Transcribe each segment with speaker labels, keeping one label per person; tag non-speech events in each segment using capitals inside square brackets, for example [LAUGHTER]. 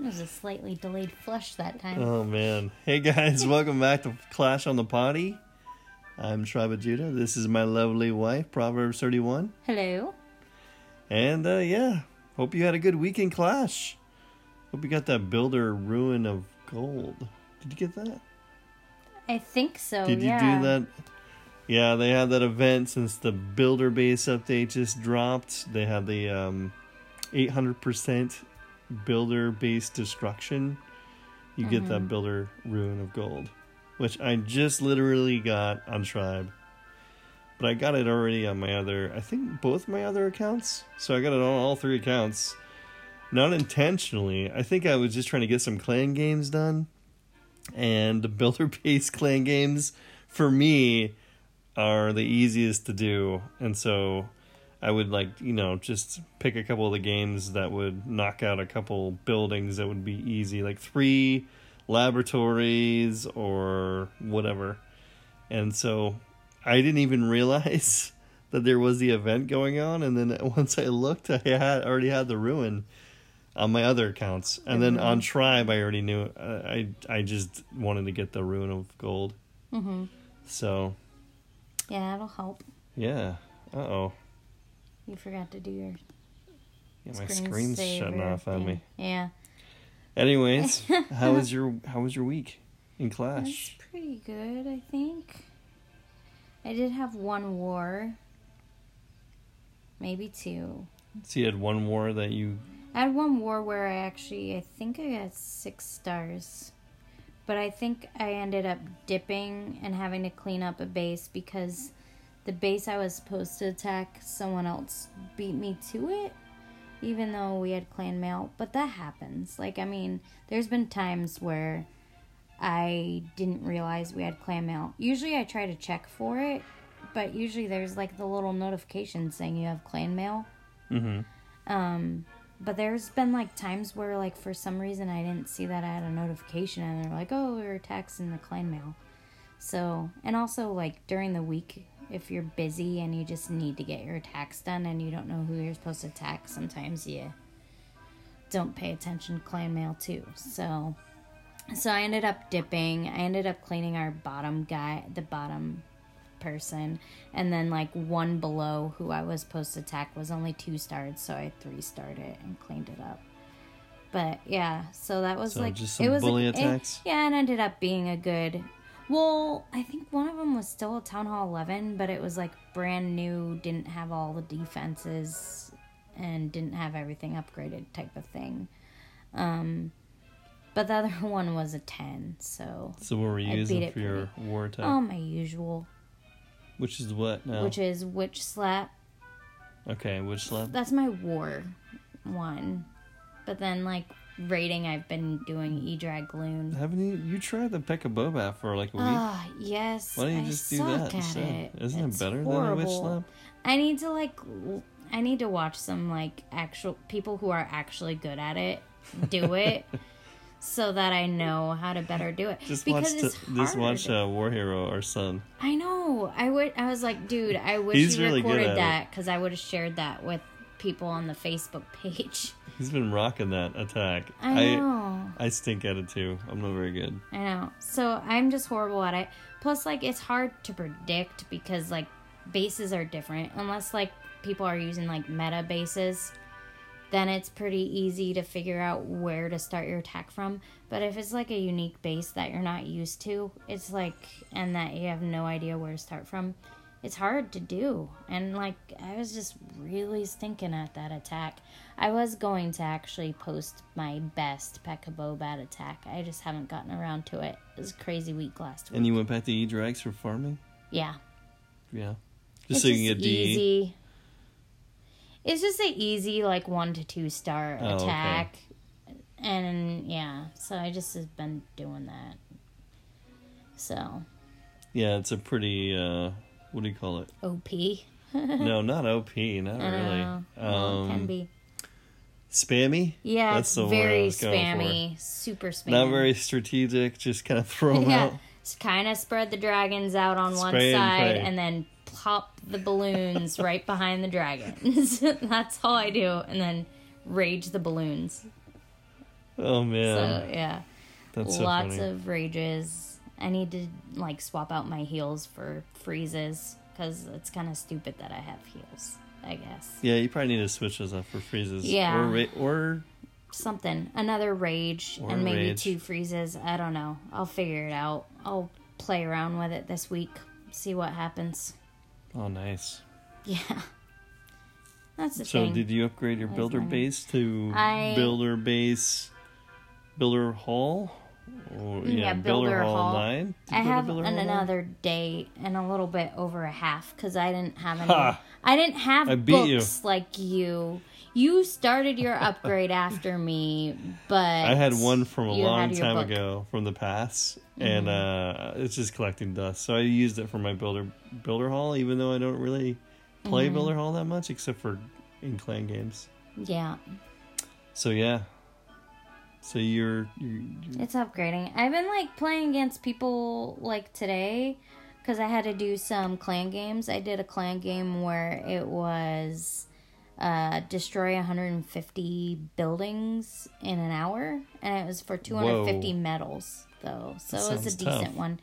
Speaker 1: was a slightly delayed flush that time.
Speaker 2: Oh man. Hey guys, [LAUGHS] welcome back to Clash on the Potty. I'm Tribe of Judah. This is my lovely wife, Proverbs 31.
Speaker 1: Hello.
Speaker 2: And uh yeah, hope you had a good weekend Clash. Hope you got that builder ruin of gold. Did you get that?
Speaker 1: I think so.
Speaker 2: Did you
Speaker 1: yeah.
Speaker 2: do that? Yeah, they had that event since the builder base update just dropped. They had the um, 800% builder base destruction. You get
Speaker 1: Mm-hmm.
Speaker 2: that builder ruin of gold, which I just literally got on Tribe. But I got it already on my other, I think both my other accounts. So I got it on all three accounts. Not intentionally. I think I was just trying to get some clan games done and [LAUGHS] the builder based clan games for me are the easiest to do and so i would like you know just pick a couple of the games that would knock out a couple buildings that would be easy like three laboratories or whatever and so i didn't even [LAUGHS] realize that there was the event going on and then once i looked i had already had the ruin on my other accounts, and then on Tribe, I already knew. Uh, I I just wanted to get the Ruin of Gold.
Speaker 1: Mhm.
Speaker 2: So
Speaker 1: Yeah, that'll help.
Speaker 2: yeah. Uh oh.
Speaker 1: You forgot to do your
Speaker 2: Yeah, my screen's shutting
Speaker 1: screensaver
Speaker 2: off on me.
Speaker 1: thing. Yeah, [LAUGHS]
Speaker 2: Anyways, how was your how was your week in
Speaker 1: that's
Speaker 2: Clash?
Speaker 1: pretty good. I think. I did have one war. Maybe two.
Speaker 2: So you had one war that you
Speaker 1: I had one war where I actually I think I got six stars. But I think I ended up dipping and having to clean up a base because the base I was supposed to attack, someone else beat me to it, even though we had clan mail. But that happens. Like, I mean, there's been times where I didn't realize we had clan mail. Usually I try to check for it, but usually there's like the little notification saying you have clan mail. But there's been like times where like for some reason I didn't see that I had a notification and they're like, "Oh, we are taxing the clan mail." So, and also like during the week if you're busy and you just need to get your tax done and you don't know who you're supposed to tax, sometimes you don't pay attention to clan mail too. So, so I ended up dipping. I ended up cleaning our bottom guy, the bottom person, and then like one below who I was supposed to attack was only two starred, so I three starred it and cleaned it up. But yeah, so that was
Speaker 2: So
Speaker 1: like
Speaker 2: just
Speaker 1: it
Speaker 2: some
Speaker 1: was
Speaker 2: bully
Speaker 1: it-
Speaker 2: attacks?
Speaker 1: yeah, it ended up being a good. Well, I think one of them was still a Town Hall 11, but it was like brand new, didn't have all the defenses, and didn't have everything upgraded type of thing. But the other [LAUGHS] one was a 10, so.
Speaker 2: so what were you
Speaker 1: I beat
Speaker 2: using
Speaker 1: it
Speaker 2: for your war attack?
Speaker 1: Oh, my usual.
Speaker 2: which is what now?
Speaker 1: Which is Witch Slap.
Speaker 2: okay, which slab?
Speaker 1: That's my war one. But then, like, raiding, I've been doing E Dragloon.
Speaker 2: Haven't you you tried the Pekka Boba for like a week?
Speaker 1: Ah, yes.
Speaker 2: Why don't
Speaker 1: I
Speaker 2: you just do
Speaker 1: suck
Speaker 2: that
Speaker 1: at
Speaker 2: instead?
Speaker 1: it.
Speaker 2: Isn't
Speaker 1: It's
Speaker 2: it better than a witch
Speaker 1: horrible.
Speaker 2: slab?
Speaker 1: I need to like l- I need to watch some like actual people who are actually good at it do
Speaker 2: [LAUGHS]
Speaker 1: it so that I know how to better do it.
Speaker 2: Just
Speaker 1: because
Speaker 2: watch
Speaker 1: it's
Speaker 2: t- just watch
Speaker 1: hard.
Speaker 2: uh, War Hero or Son.
Speaker 1: I know. I would I was like, dude, I wish
Speaker 2: He's
Speaker 1: you
Speaker 2: really good at
Speaker 1: recorded
Speaker 2: it.
Speaker 1: that cuz I would have shared that with people on the Facebook [LAUGHS] page.
Speaker 2: He's been rocking that attack.
Speaker 1: I know.
Speaker 2: I stink at it too. I'm not very good.
Speaker 1: I know. So I'm just horrible at it. Plus, like, it's hard to predict because, like, bases are different. Unless, like, people are using, like, meta bases, then it's pretty easy to figure out where to start your attack from. But if it's, like, a unique base that you're not used to, it's like, and that you have no idea where to start from, it's hard to do. And, like, I was just really stinking at that attack. I was going to actually post my best Pekka Bobat attack. I just haven't gotten around to it. It was a crazy week last week.
Speaker 2: And you went back to E Drags for farming?
Speaker 1: yeah.
Speaker 2: Yeah. Just so you can get E? DE.
Speaker 1: easy. It's just an easy, like, one to two star
Speaker 2: Oh, okay.
Speaker 1: attack. And, yeah. So I just have been doing that. So,
Speaker 2: Yeah, it's a pretty uh what do you
Speaker 1: [LAUGHS]
Speaker 2: call it?
Speaker 1: OP.
Speaker 2: no, not OP, not
Speaker 1: I don't
Speaker 2: really.
Speaker 1: know. Well, it
Speaker 2: Um
Speaker 1: can be.
Speaker 2: spammy?
Speaker 1: Yeah,
Speaker 2: that's
Speaker 1: it's
Speaker 2: the word I
Speaker 1: very
Speaker 2: was going for.
Speaker 1: spammy. Super spammy. [LAUGHS]
Speaker 2: Not very strategic, just kind of throw 'em
Speaker 1: Yeah,
Speaker 2: out.
Speaker 1: kind of spread the dragons out on one
Speaker 2: Spray and
Speaker 1: side
Speaker 2: pray.
Speaker 1: and then plop the
Speaker 2: [LAUGHS]
Speaker 1: balloons right behind the [LAUGHS] dragons. That's all I do, and then rage the balloons.
Speaker 2: Oh man,
Speaker 1: So yeah,
Speaker 2: that's so
Speaker 1: lots
Speaker 2: funny.
Speaker 1: of rages. I need to like swap out my heels for freezes because it's kind of stupid that I have heels. I guess
Speaker 2: yeah, you probably need to switch those up for freezes.
Speaker 1: Yeah.
Speaker 2: Or ra- or
Speaker 1: something, another rage,
Speaker 2: Or
Speaker 1: and maybe
Speaker 2: rage.
Speaker 1: two freezes. I don't know. I'll figure it out. I'll play around with it this week. See what happens.
Speaker 2: oh nice.
Speaker 1: Yeah, that's the
Speaker 2: So
Speaker 1: thing.
Speaker 2: did you upgrade your
Speaker 1: That's
Speaker 2: builder
Speaker 1: funny.
Speaker 2: base to
Speaker 1: I-
Speaker 2: builder base builder hall? Or,
Speaker 1: Yeah, Builder Hall.
Speaker 2: nine. Did
Speaker 1: I
Speaker 2: you go to
Speaker 1: have
Speaker 2: Builder
Speaker 1: an,
Speaker 2: Hall nine?
Speaker 1: another day and a little bit over a half because I didn't have any.
Speaker 2: Ha!
Speaker 1: I didn't have
Speaker 2: I beat you.
Speaker 1: books like you. You started your upgrade after me, but
Speaker 2: I had one from a
Speaker 1: you
Speaker 2: long
Speaker 1: had your
Speaker 2: time
Speaker 1: book. Mm-hmm.
Speaker 2: ago from the past, and uh, it's just collecting dust. So I used it for my builder builder haul, even though I don't really play
Speaker 1: Mm-hmm.
Speaker 2: builder haul that much, except for in clan games.
Speaker 1: Yeah,
Speaker 2: So yeah. So you're, you
Speaker 1: it's upgrading. I've been like playing against people like today because I had to do some clan games. I did a clan game where it was uh, destroy 150 buildings in an hour, and it was for 250
Speaker 2: Whoa.
Speaker 1: medals though. So
Speaker 2: That
Speaker 1: it was a
Speaker 2: sounds tough.
Speaker 1: decent one.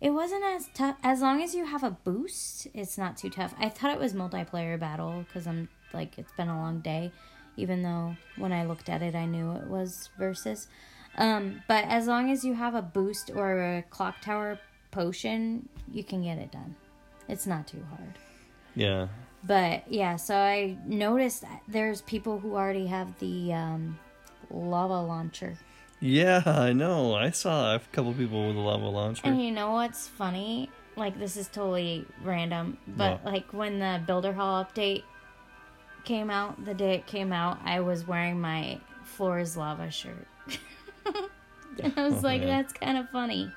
Speaker 1: It wasn't as tough as long as you have a boost. It's not too tough. I thought it was multiplayer battle because I'm like it's been a long day, even though when I looked at it I knew it was versus. Um, but as long as you have a boost or a clock tower potion, you can get it done. It's not too hard.
Speaker 2: yeah.
Speaker 1: But yeah, so I noticed that there's people who already have the um, lava launcher.
Speaker 2: Yeah, I know. I saw a couple people with a lava launcher.
Speaker 1: And you know what's funny? Like this is totally random, but
Speaker 2: What?
Speaker 1: like when the Builder Hall update came out, the day it came out, I was wearing my floor is lava shirt. [LAUGHS] and I was like,
Speaker 2: man.
Speaker 1: that's kind of funny.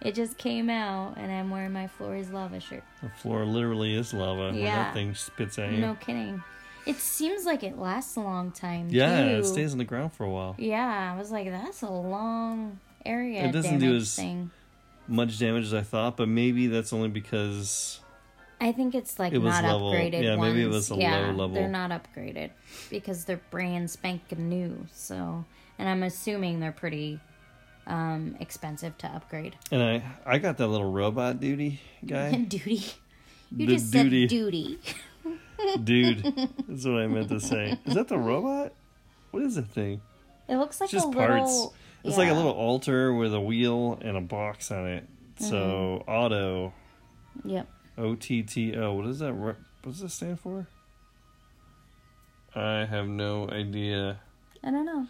Speaker 1: It just came out, and I'm wearing my floor is lava shirt.
Speaker 2: The floor literally is lava when
Speaker 1: Yeah.
Speaker 2: that thing spits at you.
Speaker 1: No kidding. It seems like it lasts a long time.
Speaker 2: yeah,
Speaker 1: too.
Speaker 2: it stays on the ground for a while.
Speaker 1: Yeah, I was like, that's a long area.
Speaker 2: It doesn't do
Speaker 1: damage
Speaker 2: as-
Speaker 1: thing.
Speaker 2: Much damage as I thought, but maybe that's only because
Speaker 1: I think it's like
Speaker 2: It was
Speaker 1: not
Speaker 2: level-
Speaker 1: upgraded.
Speaker 2: yeah, maybe it
Speaker 1: ones.
Speaker 2: was a low
Speaker 1: yeah,
Speaker 2: level.
Speaker 1: They're not upgraded because they're brand spanking new. So, and I'm assuming they're pretty um, expensive to upgrade.
Speaker 2: and I I got that little robot duty
Speaker 1: [LAUGHS]
Speaker 2: guy.
Speaker 1: duty. You
Speaker 2: Eh. The
Speaker 1: just
Speaker 2: duty.
Speaker 1: said duty.
Speaker 2: Dude. That's what I meant to say. Is that the robot? What is that thing?
Speaker 1: It looks like
Speaker 2: It's just
Speaker 1: a
Speaker 2: parts.
Speaker 1: little.
Speaker 2: It's like a
Speaker 1: yeah.
Speaker 2: little altar with a wheel and a box on it. So
Speaker 1: Mm-hmm.
Speaker 2: auto
Speaker 1: Yep.
Speaker 2: O T T O. What does that re- what does that stand for? I have no idea.
Speaker 1: I don't know.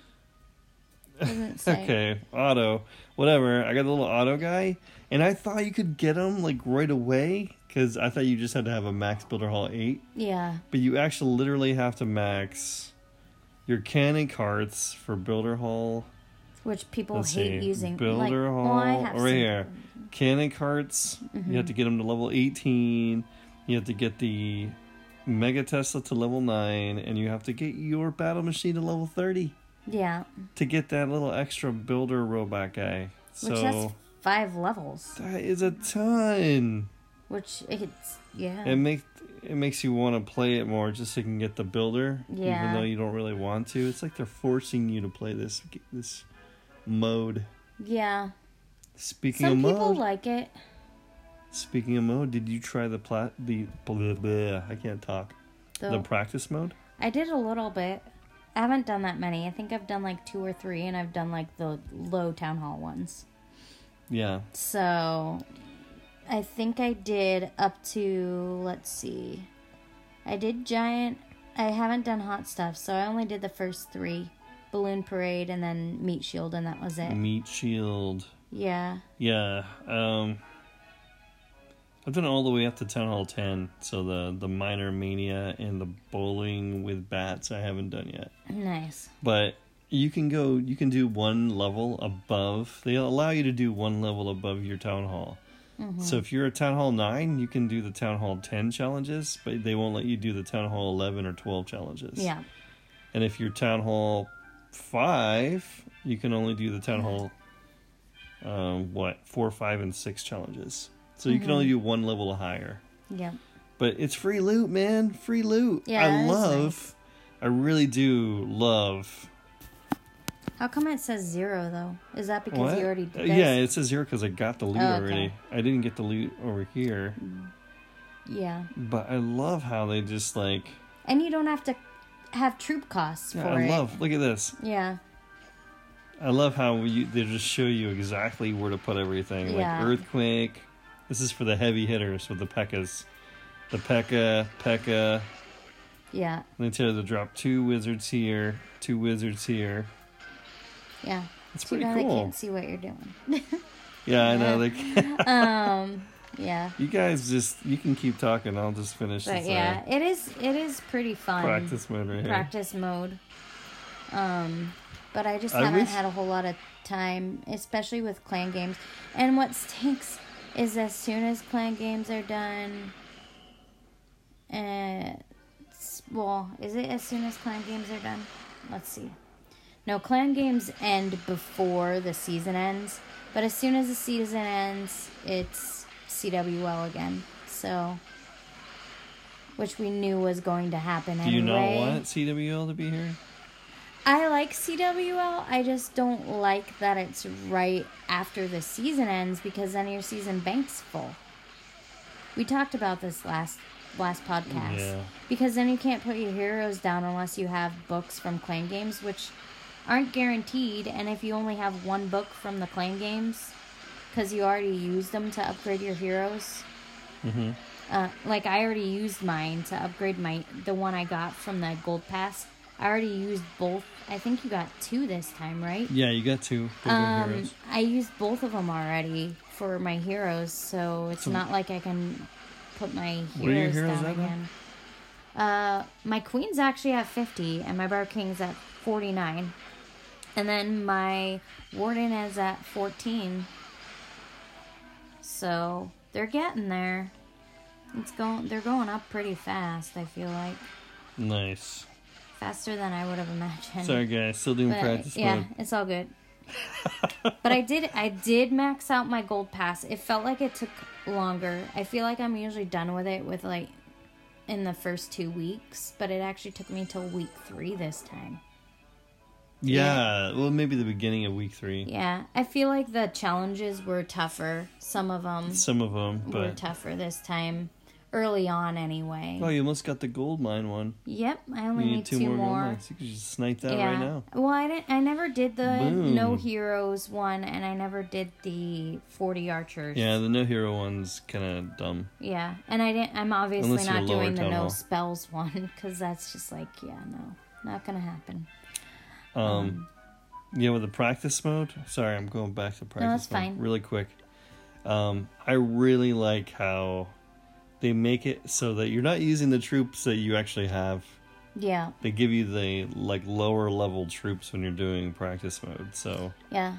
Speaker 2: [LAUGHS]
Speaker 1: Doesn't say.
Speaker 2: Okay, auto, whatever. I got the little auto guy, and I thought you could get him like right away because I thought you just had to have a max builder hall eight,
Speaker 1: Yeah.
Speaker 2: but you actually literally have to max your cannon carts for builder hall.
Speaker 1: Which people
Speaker 2: Let's
Speaker 1: Oh, hate
Speaker 2: see,
Speaker 1: using. like,
Speaker 2: builder
Speaker 1: well, I
Speaker 2: hall
Speaker 1: have
Speaker 2: right
Speaker 1: some- Mm-hmm.
Speaker 2: here. Cannon carts. You have to get them to level eighteen. You have to get the mega Tesla to level nine, and you have to get your battle machine to level thirty
Speaker 1: Yeah.
Speaker 2: to get that little extra builder robot guy.
Speaker 1: Which has
Speaker 2: So
Speaker 1: five levels.
Speaker 2: that is a ton.
Speaker 1: Which it's yeah.
Speaker 2: It makes it makes you want to play it more just so you can get the builder, even
Speaker 1: Yeah.
Speaker 2: though you don't really want to. It's like they're forcing you to play this this mode.
Speaker 1: yeah.
Speaker 2: Speaking
Speaker 1: Some
Speaker 2: of
Speaker 1: people
Speaker 2: mode,
Speaker 1: like it.
Speaker 2: speaking of mode, did you try the plat the blah, blah, I can't talk
Speaker 1: Though.
Speaker 2: the practice mode?
Speaker 1: I did a little bit. I haven't done that many. I think I've done like two or three, and I've done like the low town hall ones.
Speaker 2: Yeah,
Speaker 1: So I think I did up to, let's see. I did giant. I haven't done hot stuff, so I only did the first three balloon parade and then meat shield, and that was it.
Speaker 2: meat shield.
Speaker 1: Yeah.
Speaker 2: Yeah, um, I've done all the way up to Town Hall Ten, so the the minor mania and the bowling with bats I haven't done yet.
Speaker 1: Nice.
Speaker 2: But you can go, you can do one level above. They allow you to do one level above your Town Hall. So if you're at Town Hall Nine, you can do the Town Hall Ten challenges, but they won't let you do the Town Hall Eleven or Twelve challenges.
Speaker 1: Yeah.
Speaker 2: And if you're Town Hall Five, you can only do the Town Hall, um, what four, five, and six challenges. So you can only
Speaker 1: Mm-hmm.
Speaker 2: do one level higher.
Speaker 1: Yep.
Speaker 2: But it's free loot, man. Free loot.
Speaker 1: Yeah,
Speaker 2: I
Speaker 1: that is
Speaker 2: love.
Speaker 1: nice.
Speaker 2: I really do love
Speaker 1: How come it says zero though? Is that because
Speaker 2: What?
Speaker 1: you already
Speaker 2: Uh,
Speaker 1: did this?
Speaker 2: yeah, it says here because I got the loot
Speaker 1: Oh, okay.
Speaker 2: already. I didn't get the loot over here,
Speaker 1: Yeah.
Speaker 2: but I love how they just like.
Speaker 1: And you don't have to have troop costs for
Speaker 2: Yeah, I
Speaker 1: it.
Speaker 2: love. Look at this.
Speaker 1: Yeah.
Speaker 2: I love how you, they just show you exactly where to put everything.
Speaker 1: Yeah.
Speaker 2: Like earthquake. This is for the heavy hitters with the pekkas. The pekka, pekka.
Speaker 1: Yeah.
Speaker 2: And they tell you to drop two wizards here, two wizards here.
Speaker 1: Yeah.
Speaker 2: It's
Speaker 1: Too
Speaker 2: pretty
Speaker 1: bad I
Speaker 2: cool.
Speaker 1: can't see what you're
Speaker 2: [LAUGHS]
Speaker 1: doing.
Speaker 2: Yeah, I
Speaker 1: Yeah.
Speaker 2: know. Like [LAUGHS]
Speaker 1: um. Yeah.
Speaker 2: you guys just you can keep talking. I'll just finish
Speaker 1: But
Speaker 2: this uh,
Speaker 1: yeah, it is. It is pretty fun.
Speaker 2: practice mode right here.
Speaker 1: practice mode. Um, but I just
Speaker 2: I
Speaker 1: haven't
Speaker 2: wish-
Speaker 1: had a whole lot of time, especially with clan games. And what stinks is as soon as clan games are done, uh, s- well, is it as soon as clan games are done? Let's see. No, clan games end before the season ends, but as soon as the season ends, it's CWL again. So, which we knew was going to happen
Speaker 2: Do
Speaker 1: anyway.
Speaker 2: you not want CWL to be here?
Speaker 1: I like CWL. I just don't like that it's right after the season ends because then your season bank's full. We talked about this last last podcast.
Speaker 2: Yeah.
Speaker 1: Because then you can't put your heroes down unless you have books from clan games, which aren't guaranteed. And if you only have one book from the clan games, because you already used them to upgrade your heroes,
Speaker 2: Mm-hmm.
Speaker 1: uh, like I already used mine to upgrade my the one I got from the gold pass. I already used both. I think you got two this time, right?
Speaker 2: Yeah, you got two. They're good
Speaker 1: Um,
Speaker 2: heroes.
Speaker 1: I used both of them already for my heroes, so it's
Speaker 2: So-
Speaker 1: not like I can put my heroes,
Speaker 2: What are your heroes
Speaker 1: down
Speaker 2: at now?
Speaker 1: again. Uh, my queen's actually at fifty, and my bar king's at forty nine, and then my warden is at fourteen. So they're getting there. It's going. They're going up pretty fast. I feel like Um,
Speaker 2: Nice.
Speaker 1: faster than I would have imagined.
Speaker 2: Sorry guys, still doing
Speaker 1: But,
Speaker 2: practice
Speaker 1: yeah,
Speaker 2: mode.
Speaker 1: it's all
Speaker 2: [LAUGHS]
Speaker 1: good. but I did I did max out my gold pass. It felt like it took longer. I feel like I'm usually done with it with like in the first 2 weeks, but it actually took me till week 3 this time.
Speaker 2: Yeah, well maybe the beginning of week three.
Speaker 1: Yeah, I feel like the challenges were tougher. Some of them
Speaker 2: Some of them,
Speaker 1: were
Speaker 2: but
Speaker 1: tougher this time early on anyway.
Speaker 2: oh, you almost got the gold mine one.
Speaker 1: Yep, I only
Speaker 2: You
Speaker 1: need,
Speaker 2: need two, more gold mines. You could just snipe that
Speaker 1: yeah.
Speaker 2: right now.
Speaker 1: Well, I didn't. I never did the
Speaker 2: Boom.
Speaker 1: no heroes one, and I never did the forty archers.
Speaker 2: Yeah, the no hero one's kind of dumb.
Speaker 1: Yeah, and I didn't. I'm obviously
Speaker 2: Unless you're
Speaker 1: not
Speaker 2: lower
Speaker 1: doing the no
Speaker 2: tunnel.
Speaker 1: spells [LAUGHS] one because that's just like yeah, no, not gonna happen.
Speaker 2: Um, yeah, with the practice mode. Sorry, I'm going back to practice.
Speaker 1: that's
Speaker 2: mode
Speaker 1: fine.
Speaker 2: Really quick. Um, I really like how they make it so that you're not using the troops that you actually have.
Speaker 1: Yeah,
Speaker 2: They give you the like lower level troops when you're doing practice mode. So
Speaker 1: yeah,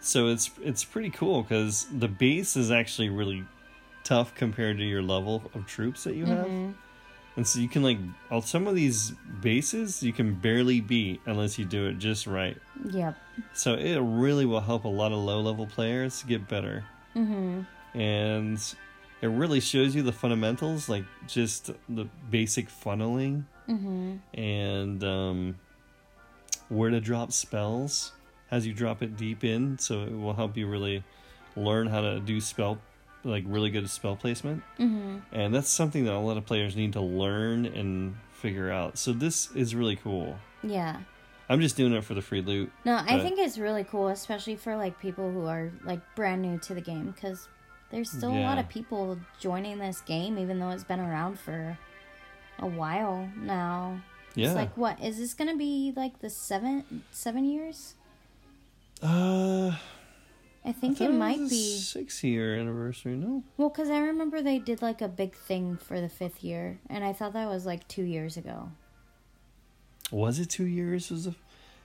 Speaker 2: so it's it's pretty cool because the base is actually really tough compared to your level of troops that you have and so you can like on some of these bases you can barely beat unless you do it just right
Speaker 1: yep,
Speaker 2: so it really will help a lot of low level players get better mm-hmm. and it really shows you the fundamentals like just the basic funneling and um, where to drop spells as you drop it deep in so it will help you really learn how to do spell like really good spell placement mm-hmm. and that's something that a lot of players need to learn and figure out so this is really cool
Speaker 1: yeah.
Speaker 2: i'm just doing it for the free loot
Speaker 1: No, I
Speaker 2: But-
Speaker 1: think it's really cool, especially for like people who are like brand new to the game because there's still a lot
Speaker 2: Yeah.
Speaker 1: of people joining this game, even though it's been around for a while now.
Speaker 2: yeah
Speaker 1: It's like what is this gonna be like the seven seven years?
Speaker 2: uh
Speaker 1: I think
Speaker 2: thought
Speaker 1: it might
Speaker 2: was a
Speaker 1: be.
Speaker 2: six year anniversary no
Speaker 1: Well, because I remember they did like a big thing for the fifth year, and I thought that was like two years ago.
Speaker 2: was it two years was the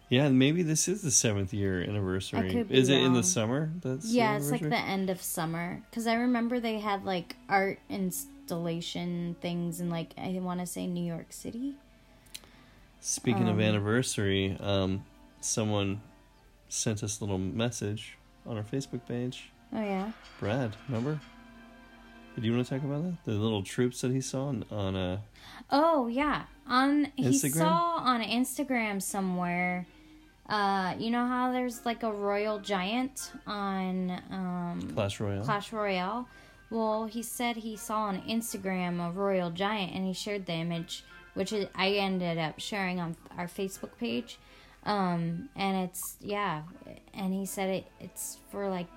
Speaker 2: yeah maybe this is the seventh year anniversary
Speaker 1: I could be
Speaker 2: is it in
Speaker 1: wrong.
Speaker 2: the summer that's the
Speaker 1: yeah, it's like
Speaker 2: anniversary?
Speaker 1: the end of summer. Because I remember they had like art installation things in like, I want to say New York City.
Speaker 2: Speaking of anniversary, um, someone sent us a little message on our Facebook page.
Speaker 1: Oh, yeah.
Speaker 2: Brad, remember? Do you want to talk about that? The little troops that he saw on, on uh,
Speaker 1: Oh, yeah. On, he
Speaker 2: Instagram?
Speaker 1: saw on Instagram somewhere Uh, you know how there's like a royal giant on um,
Speaker 2: Clash Royale.
Speaker 1: Clash Royale? Well, he said he saw on Instagram a royal giant and he shared the image, which is, I ended up sharing on our Facebook page. Um, and it's, yeah, and he said it, it's for like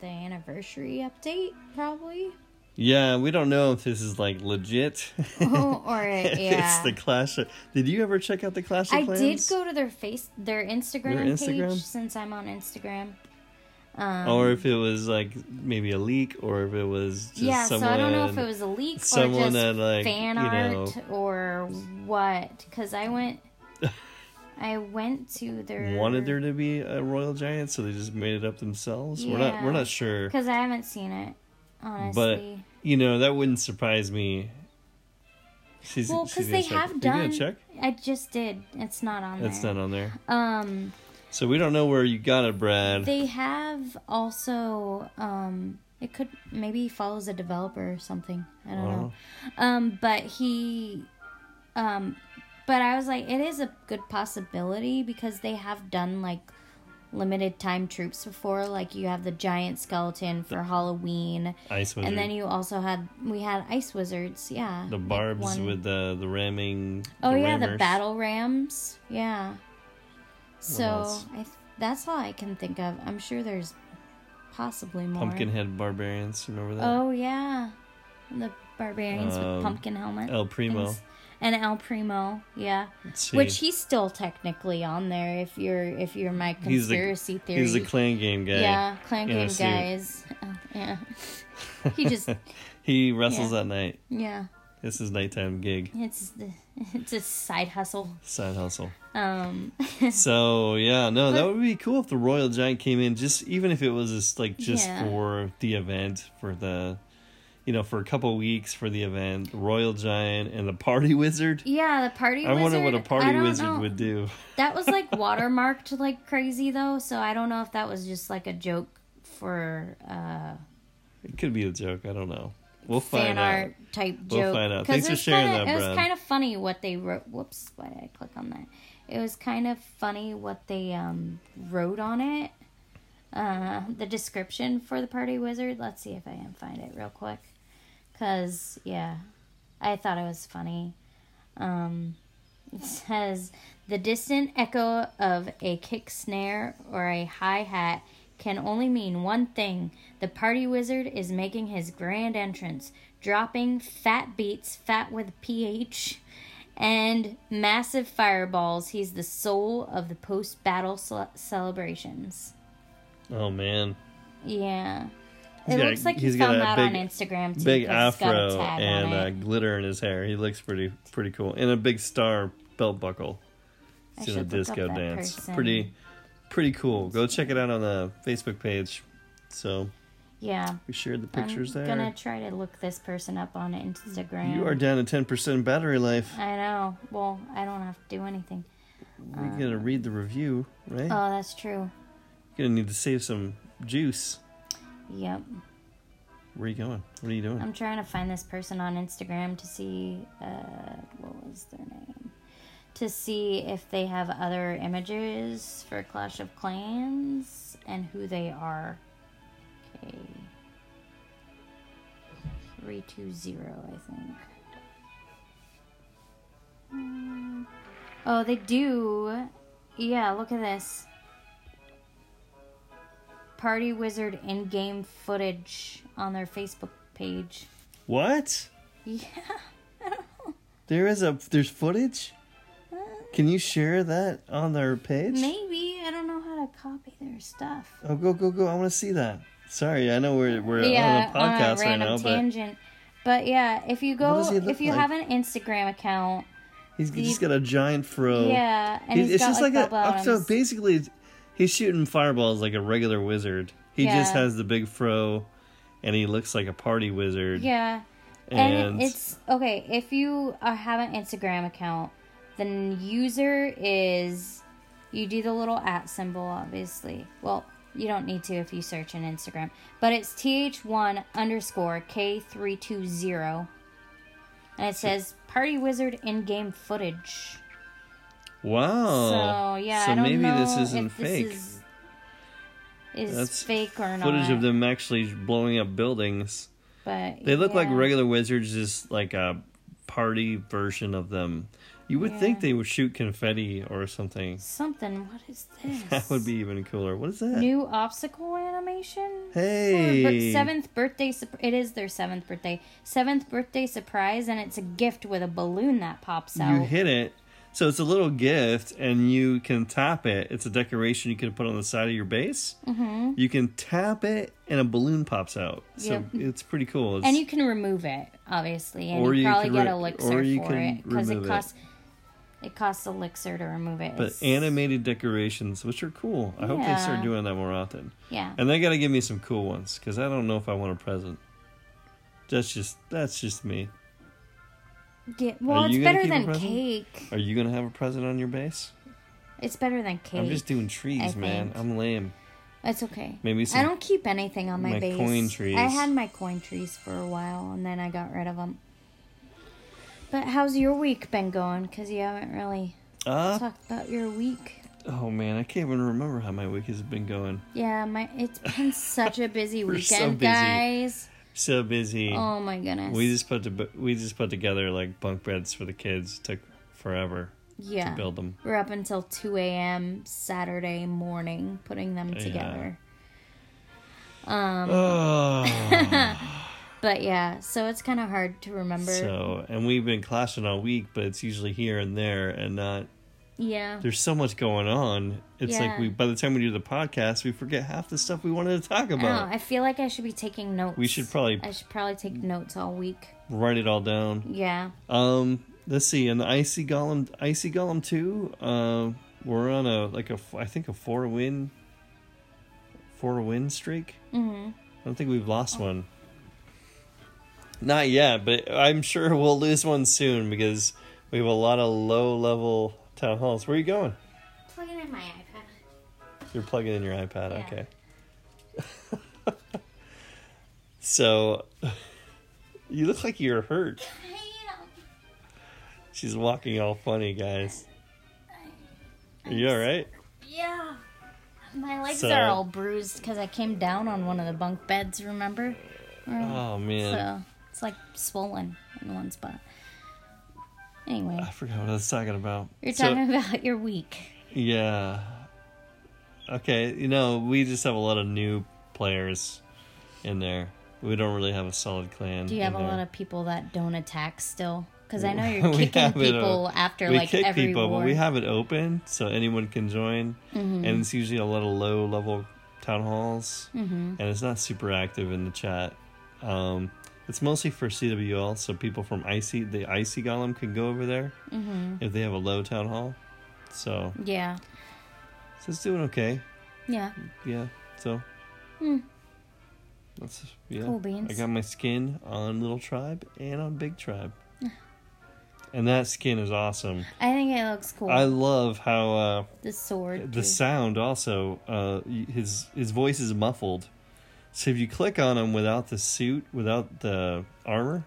Speaker 1: the anniversary update, probably.
Speaker 2: [LAUGHS] Yeah, we don't know if this is
Speaker 1: [LAUGHS]
Speaker 2: like legit.
Speaker 1: or,
Speaker 2: If
Speaker 1: yeah.
Speaker 2: [LAUGHS] it's the Clash. Of... Did you ever check out the Clash of
Speaker 1: I
Speaker 2: Clans?
Speaker 1: did go to their face, their Instagram,
Speaker 2: Their Instagram?
Speaker 1: page since I'm on Instagram. Um,
Speaker 2: or if it was like maybe a leak, or if it was just
Speaker 1: yeah,
Speaker 2: someone.
Speaker 1: so I don't know if it was a leak or just
Speaker 2: someone that, like,
Speaker 1: fan
Speaker 2: you
Speaker 1: art
Speaker 2: know-
Speaker 1: or what. Because I went, I went to their
Speaker 2: wanted there to be a royal giant, so they just made it up themselves. We're not.
Speaker 1: Yeah.
Speaker 2: We're not sure.
Speaker 1: because I haven't seen it
Speaker 2: But
Speaker 1: honestly.
Speaker 2: you know that wouldn't surprise me. She's,
Speaker 1: well, because
Speaker 2: she's gonna
Speaker 1: they
Speaker 2: check.
Speaker 1: have
Speaker 2: Are you gonna
Speaker 1: done.
Speaker 2: check.
Speaker 1: I just did. It's not on
Speaker 2: That's
Speaker 1: there.
Speaker 2: not on there.
Speaker 1: Um,
Speaker 2: [LAUGHS] So we don't know where you got it, Brad.
Speaker 1: they have also. Um, it could maybe he follows a developer or something. I don't know.
Speaker 2: Wow.
Speaker 1: Um, but he, um, but I was like, it is a good possibility because they have done like limited time troops before. Like you have the giant skeleton for Halloween,
Speaker 2: Ice wizard.
Speaker 1: and then you also had we had ice wizards. Yeah,
Speaker 2: Mhm. the
Speaker 1: like,
Speaker 2: barbs
Speaker 1: one-
Speaker 2: with the the ramming.
Speaker 1: Oh yeah, the
Speaker 2: rammers.
Speaker 1: battle rams. Yeah. So
Speaker 2: else?
Speaker 1: I th- that's all I can think of. I'm sure there's possibly more.
Speaker 2: Pumpkinhead barbarians. Remember that?
Speaker 1: Oh yeah, the barbarians
Speaker 2: Um,
Speaker 1: with pumpkin helmets.
Speaker 2: El Primo.
Speaker 1: things. And El Primo, yeah,
Speaker 2: Let's
Speaker 1: which
Speaker 2: see.
Speaker 1: he's still technically on there. If you're if you're my
Speaker 2: He's the-
Speaker 1: conspiracy theory,
Speaker 2: he's a clan game guy.
Speaker 1: yeah, clan
Speaker 2: in a
Speaker 1: game
Speaker 2: suit.
Speaker 1: guys, Oh, yeah. He just [LAUGHS]
Speaker 2: He wrestles
Speaker 1: Yeah.
Speaker 2: at night.
Speaker 1: yeah,
Speaker 2: It's his nighttime gig,
Speaker 1: it's it's a side hustle.
Speaker 2: side hustle.
Speaker 1: Um,
Speaker 2: So yeah, no, that would be cool if the Royal Giant came in, just even if it was just like just
Speaker 1: Yeah.
Speaker 2: for the event, for the, you know, for a couple weeks for the event, Royal Giant and the Party Wizard.
Speaker 1: yeah, the party.
Speaker 2: I wonder what
Speaker 1: wizard,
Speaker 2: a
Speaker 1: I
Speaker 2: Party
Speaker 1: don't
Speaker 2: Wizard
Speaker 1: know.
Speaker 2: would do.
Speaker 1: That was like watermarked like crazy though, so I don't know if that was just like a joke for uh
Speaker 2: It could be a joke. I don't know. We'll
Speaker 1: fan
Speaker 2: find out.
Speaker 1: art type joke.
Speaker 2: We'll find out.
Speaker 1: 'Cause
Speaker 2: Thanks
Speaker 1: it
Speaker 2: for
Speaker 1: was
Speaker 2: sharing
Speaker 1: kinda,
Speaker 2: that,
Speaker 1: It
Speaker 2: Brad.
Speaker 1: was kind of funny what they wrote. Whoops, why did I click on that? It was kind of funny what they um wrote on it. Uh, the description for the party wizard. Let's see if I can find it real quick. Cause yeah, I thought it was funny. Um, it says the distant echo of a kick snare or a hi hat can only mean one thing. The party wizard is making his grand entrance, dropping fat beats, fat with ph, and massive fireballs. He's the soul of the post battle celebrations.
Speaker 2: Oh man,
Speaker 1: Yeah.
Speaker 2: He's
Speaker 1: It
Speaker 2: got a-
Speaker 1: looks like
Speaker 2: he's
Speaker 1: he
Speaker 2: got
Speaker 1: found
Speaker 2: a
Speaker 1: that
Speaker 2: big-
Speaker 1: on Instagram too.
Speaker 2: big
Speaker 1: 'cause it's got a
Speaker 2: afro
Speaker 1: tag on
Speaker 2: and
Speaker 1: it.
Speaker 2: uh, glitter in his hair. He looks pretty pretty cool, and a big star belt buckle.
Speaker 1: I
Speaker 2: It's
Speaker 1: should
Speaker 2: in a
Speaker 1: look up
Speaker 2: disco
Speaker 1: that
Speaker 2: dance.
Speaker 1: person.
Speaker 2: Pretty pretty cool. Go check it out on the Facebook page. So
Speaker 1: Yeah.
Speaker 2: we shared the pictures
Speaker 1: I'm
Speaker 2: there.
Speaker 1: gonna try to look this person up on Instagram.
Speaker 2: You are down to ten percent battery life.
Speaker 1: I know. Well, I don't have to do anything. Uh,
Speaker 2: We're gonna read the review, right?
Speaker 1: Oh, that's true.
Speaker 2: You're gonna need to save some juice.
Speaker 1: Yep.
Speaker 2: Where are you going? What are you doing?
Speaker 1: I'm trying to find this person on Instagram to see uh, what was their name. To see if they have other images for Clash of Clans and who they are. Okay. 320, I think. Mm. Oh, they do. Yeah, look at this. Party Wizard in game footage on their Facebook page. [LAUGHS]
Speaker 2: What?
Speaker 1: Yeah.
Speaker 2: There is a there's footage?
Speaker 1: Uh,
Speaker 2: Can you share that on our page?
Speaker 1: Maybe. I don't know how to copy their stuff.
Speaker 2: Oh go go go! I want to see that. Sorry, I know we're we're
Speaker 1: yeah,
Speaker 2: on a podcast right
Speaker 1: random
Speaker 2: now,
Speaker 1: tangent. But yeah, if you
Speaker 2: What
Speaker 1: go,
Speaker 2: does he look
Speaker 1: if you
Speaker 2: like?
Speaker 1: have an Instagram account,
Speaker 2: but he's, he's got a giant fro.
Speaker 1: yeah, and he's
Speaker 2: He's- Oh. it's
Speaker 1: got
Speaker 2: just like,
Speaker 1: like,
Speaker 2: a
Speaker 1: bell
Speaker 2: octo.
Speaker 1: bottoms.
Speaker 2: Basically, he's shooting fireballs like a regular wizard. He just
Speaker 1: Yeah.
Speaker 2: has the big fro, and he looks like a party wizard.
Speaker 1: Yeah,
Speaker 2: and,
Speaker 1: and it's okay if you uh, have an Instagram account. The n- user is you do the little at symbol, obviously. Well, you don't need to if you search in Instagram, but it's th1 underscore k320, and it says party wizard in game footage.
Speaker 2: Wow.
Speaker 1: So yeah,
Speaker 2: Oh, So
Speaker 1: I don't
Speaker 2: maybe
Speaker 1: know
Speaker 2: this isn't
Speaker 1: if
Speaker 2: fake.
Speaker 1: This is, is
Speaker 2: That's
Speaker 1: fake or not?
Speaker 2: Footage of them actually blowing up buildings.
Speaker 1: But
Speaker 2: They look like
Speaker 1: yeah.
Speaker 2: regular wizards, just like a party version of them. You would think
Speaker 1: Yeah.
Speaker 2: they would shoot confetti or something. [LAUGHS]
Speaker 1: something. What is this?
Speaker 2: That would be even cooler. What is that?
Speaker 1: new obstacle animation.
Speaker 2: Hey.
Speaker 1: Or bir- seventh birthday. sup- It is their seventh birthday. Seventh birthday surprise, and it's a gift with a balloon that pops out.
Speaker 2: You hit it. So it's a little gift, and you can tap it. It's a decoration you can put on the side of your base. Mm-hmm. You can tap it, and a balloon pops out. So
Speaker 1: Yep.
Speaker 2: it's pretty cool. It's,
Speaker 1: and you can remove it, obviously, and
Speaker 2: Or
Speaker 1: you
Speaker 2: you
Speaker 1: probably
Speaker 2: can
Speaker 1: get
Speaker 2: re-
Speaker 1: elixir
Speaker 2: or you
Speaker 1: for
Speaker 2: can
Speaker 1: it because it
Speaker 2: remove it.
Speaker 1: costs. It. costs elixir to remove it.
Speaker 2: but
Speaker 1: It's-
Speaker 2: animated decorations, which are cool. I hope they
Speaker 1: Yeah.
Speaker 2: start doing that more often.
Speaker 1: yeah,
Speaker 2: And they got to give me some cool ones because I don't know if I want a present. That's just that's just me.
Speaker 1: Yeah, well,
Speaker 2: Are
Speaker 1: it's
Speaker 2: you gonna
Speaker 1: better
Speaker 2: keep a
Speaker 1: than
Speaker 2: present?
Speaker 1: cake.
Speaker 2: Are you gonna have a present on your base?
Speaker 1: It's better than cake.
Speaker 2: I'm just doing trees,
Speaker 1: I
Speaker 2: man.
Speaker 1: think.
Speaker 2: I'm lame.
Speaker 1: It's okay.
Speaker 2: Maybe
Speaker 1: I
Speaker 2: some-
Speaker 1: don't keep anything on my,
Speaker 2: my
Speaker 1: base.
Speaker 2: coin trees.
Speaker 1: I had my coin trees for a while, and then I got rid of them. But how's your week been going? Because you haven't really
Speaker 2: Uh,
Speaker 1: talked about your week.
Speaker 2: oh man, I can't even remember how my week has been going.
Speaker 1: Yeah, my it's
Speaker 2: [LAUGHS]
Speaker 1: been such a busy
Speaker 2: We're
Speaker 1: weekend,
Speaker 2: so busy.
Speaker 1: guys.
Speaker 2: So busy.
Speaker 1: Oh my goodness.
Speaker 2: We just put to, we just put together like bunk beds for the kids. Took forever
Speaker 1: yeah.
Speaker 2: to build them.
Speaker 1: We're up until 2 a.m. Saturday morning putting them
Speaker 2: Yeah.
Speaker 1: together. Um,
Speaker 2: Oh,
Speaker 1: But yeah, so it's kind of hard to [LAUGHS] remember.
Speaker 2: so and we've been clashing all week, but it's usually here and there and not.
Speaker 1: yeah.
Speaker 2: There's so much going on. It's like
Speaker 1: Yeah.
Speaker 2: we by the time we do the podcast, we forget half the stuff we wanted to talk
Speaker 1: I
Speaker 2: about.
Speaker 1: don't know. I feel like I should be taking notes.
Speaker 2: we should probably
Speaker 1: I should probably take notes all week.
Speaker 2: write it all down.
Speaker 1: Yeah.
Speaker 2: Um, let's see. In the icy golem, icy golem two. Um, we're on a like a f- I think a four win, four win streak.
Speaker 1: Mm-hmm.
Speaker 2: I don't think we've lost one. Not yet, but I'm sure we'll lose one soon because we have a lot of low level town halls. Where are you going?
Speaker 1: Plugging in my iPad.
Speaker 2: You're plugging in your iPad,
Speaker 1: Yeah.
Speaker 2: okay. [LAUGHS] so [LAUGHS] you look like you're hurt. She's walking all funny, guys. Are you alright?
Speaker 1: Yeah. My legs
Speaker 2: So-
Speaker 1: are all bruised because I came down on one of the bunk beds, remember? Mm.
Speaker 2: Oh man.
Speaker 1: So it's like swollen in one spot. Anyway,
Speaker 2: I forgot what I was talking about.
Speaker 1: you're
Speaker 2: Uh, So-
Speaker 1: talking [LAUGHS] about your week.
Speaker 2: Yeah. Okay, you know, we just have a lot of new players in there. We don't really have a solid clan.
Speaker 1: Do you have
Speaker 2: in
Speaker 1: a
Speaker 2: there.
Speaker 1: lot of people that don't attack still? Because I know you're
Speaker 2: [LAUGHS] We
Speaker 1: kicking
Speaker 2: have it, uh,
Speaker 1: people after
Speaker 2: we
Speaker 1: like
Speaker 2: kick
Speaker 1: every war.
Speaker 2: people,
Speaker 1: Mm-hmm.
Speaker 2: but we have it open so anyone can join, and it's usually a lot of low level town halls,
Speaker 1: Mhm.
Speaker 2: and it's not super active in the chat. Um, it's mostly for CWL, so people from IC the IC Golem can go over there if they have a low town hall. So,
Speaker 1: Mm-hmm. Yeah.
Speaker 2: so it's doing okay.
Speaker 1: Yeah.
Speaker 2: Yeah. So. That's yeah.
Speaker 1: Hmm. Cool beans.
Speaker 2: I got my skin on Little Tribe and on Big Tribe. and that skin is awesome.
Speaker 1: I think it looks cool.
Speaker 2: I love how uh,
Speaker 1: the sword.
Speaker 2: the
Speaker 1: too.
Speaker 2: sound also uh, y- his his voice is muffled. So if you click on him without the suit, without the armor,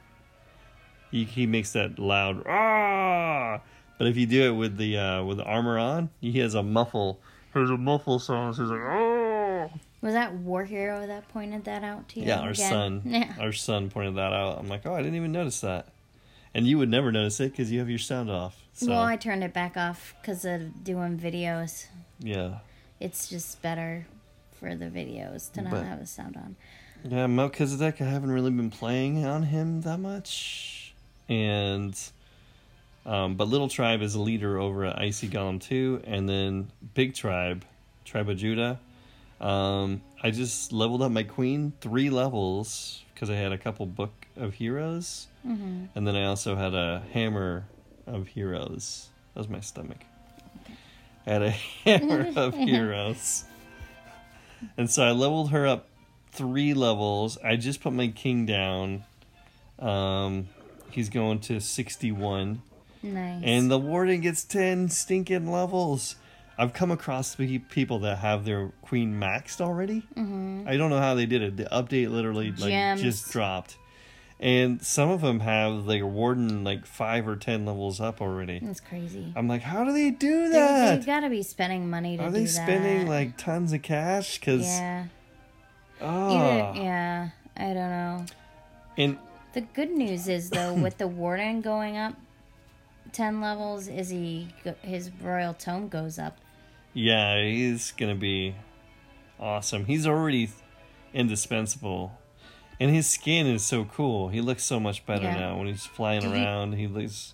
Speaker 2: he, he makes that loud ah. But if you do it with the uh, with the armor on, he has a muffle. There's a muffle sound. So he's like oh.
Speaker 1: Was that War Hero that pointed that out to you?
Speaker 2: Yeah, our
Speaker 1: again? [LAUGHS]
Speaker 2: son,
Speaker 1: Yeah.
Speaker 2: our son pointed that out. I'm like, oh, I didn't even notice that, and you would never notice it because you have your sound off. So
Speaker 1: Well, I turned it back off because of doing videos.
Speaker 2: yeah,
Speaker 1: It's just better for the videos to not
Speaker 2: But-
Speaker 1: have the sound on.
Speaker 2: yeah. Mount Kizadek, I haven't really been playing on him that much, and um, but Little Tribe is a leader over at Icy Golem Two, and then Big Tribe, Tribe of Judah. Um, I just leveled up my queen three levels because I had a couple Book of Heroes.
Speaker 1: Mm-hmm.
Speaker 2: And then I also had a hammer of heroes. That was my stomach. I had a [LAUGHS] hammer of heroes. And so I leveled her up three levels. I just put my king down. Um, he's going to 61.
Speaker 1: Nice.
Speaker 2: And the warden gets 10 stinking levels. I've come across pe- people that have their queen maxed already.
Speaker 1: hmm
Speaker 2: I don't know how they did it. The update literally like
Speaker 1: Gems.
Speaker 2: just dropped. and some of them have the warden like five or ten levels up already.
Speaker 1: It's crazy.
Speaker 2: I'm like, how do they do
Speaker 1: They,
Speaker 2: that?
Speaker 1: they gotta be spending money to
Speaker 2: Are
Speaker 1: do
Speaker 2: they
Speaker 1: that.
Speaker 2: spending like tons of cash? Because
Speaker 1: Yeah.
Speaker 2: oh,
Speaker 1: Either, yeah. I don't know.
Speaker 2: and
Speaker 1: The good news is
Speaker 2: [CLEARS THROAT]
Speaker 1: though, with the warden going up ten levels, is he go- his royal tome goes up.
Speaker 2: yeah, he's gonna be awesome. He's already indispensable, and his skin is so cool. He looks so much better
Speaker 1: Yeah.
Speaker 2: now when he's flying
Speaker 1: Did you-
Speaker 2: around. He looks.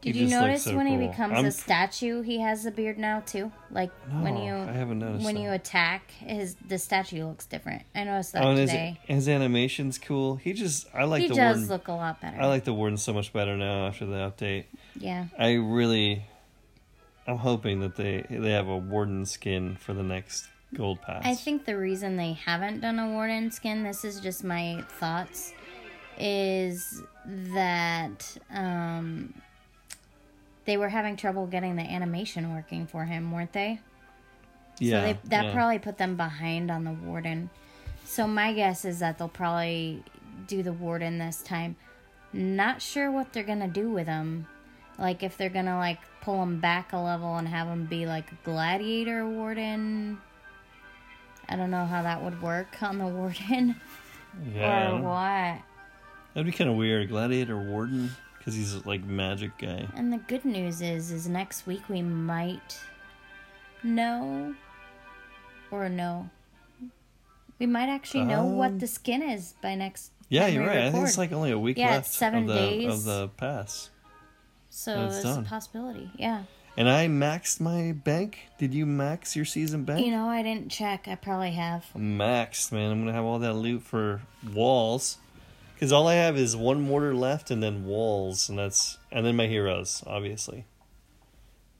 Speaker 1: Did
Speaker 2: He
Speaker 1: you
Speaker 2: just looks
Speaker 1: notice
Speaker 2: so
Speaker 1: when he
Speaker 2: cool.
Speaker 1: becomes
Speaker 2: I'm-
Speaker 1: a statue, he has a beard now too? Like
Speaker 2: No,
Speaker 1: when you
Speaker 2: I haven't noticed
Speaker 1: when
Speaker 2: that.
Speaker 1: you attack, his the statue looks different. I noticed that
Speaker 2: Oh, and his,
Speaker 1: today.
Speaker 2: his animation's cool. He just I like
Speaker 1: He
Speaker 2: the
Speaker 1: does
Speaker 2: warden.
Speaker 1: look a lot better.
Speaker 2: I like the warden so much better now after the update.
Speaker 1: yeah.
Speaker 2: I really, I'm hoping that they they have a warden skin for the next gold pass.
Speaker 1: I think the reason they haven't done a warden skin, this is just my thoughts, is that um, they were having trouble getting the animation working for him, weren't they?
Speaker 2: yeah,
Speaker 1: so they, that
Speaker 2: yeah.
Speaker 1: probably put them behind on the warden. So my guess is that they'll probably do the warden this time. Not sure what they're gonna do with him. Like if they're gonna like pull him back a level and have him be like a gladiator warden. I don't know how that would work on the [LAUGHS] warden
Speaker 2: yeah.
Speaker 1: or what.
Speaker 2: That'd be kind of weird, gladiator warden, because he's like magic guy.
Speaker 1: And the good news is, is next week we might know or no. We might actually know
Speaker 2: Um,
Speaker 1: what the skin is by next.
Speaker 2: Yeah,
Speaker 1: time
Speaker 2: you're
Speaker 1: we
Speaker 2: right. I think it's
Speaker 1: record.
Speaker 2: like only a week
Speaker 1: Yeah,
Speaker 2: left
Speaker 1: it's seven
Speaker 2: of the of
Speaker 1: days.
Speaker 2: the pass.
Speaker 1: so.
Speaker 2: it's
Speaker 1: It's
Speaker 2: done.
Speaker 1: a possibility. Yeah.
Speaker 2: And I maxed my bank. Did you max your season bank?
Speaker 1: You know, I didn't check. I probably have.
Speaker 2: maxed, man. I'm gonna have all that loot for walls, because all I have is one mortar left, and then walls, and that's and then my heroes, obviously.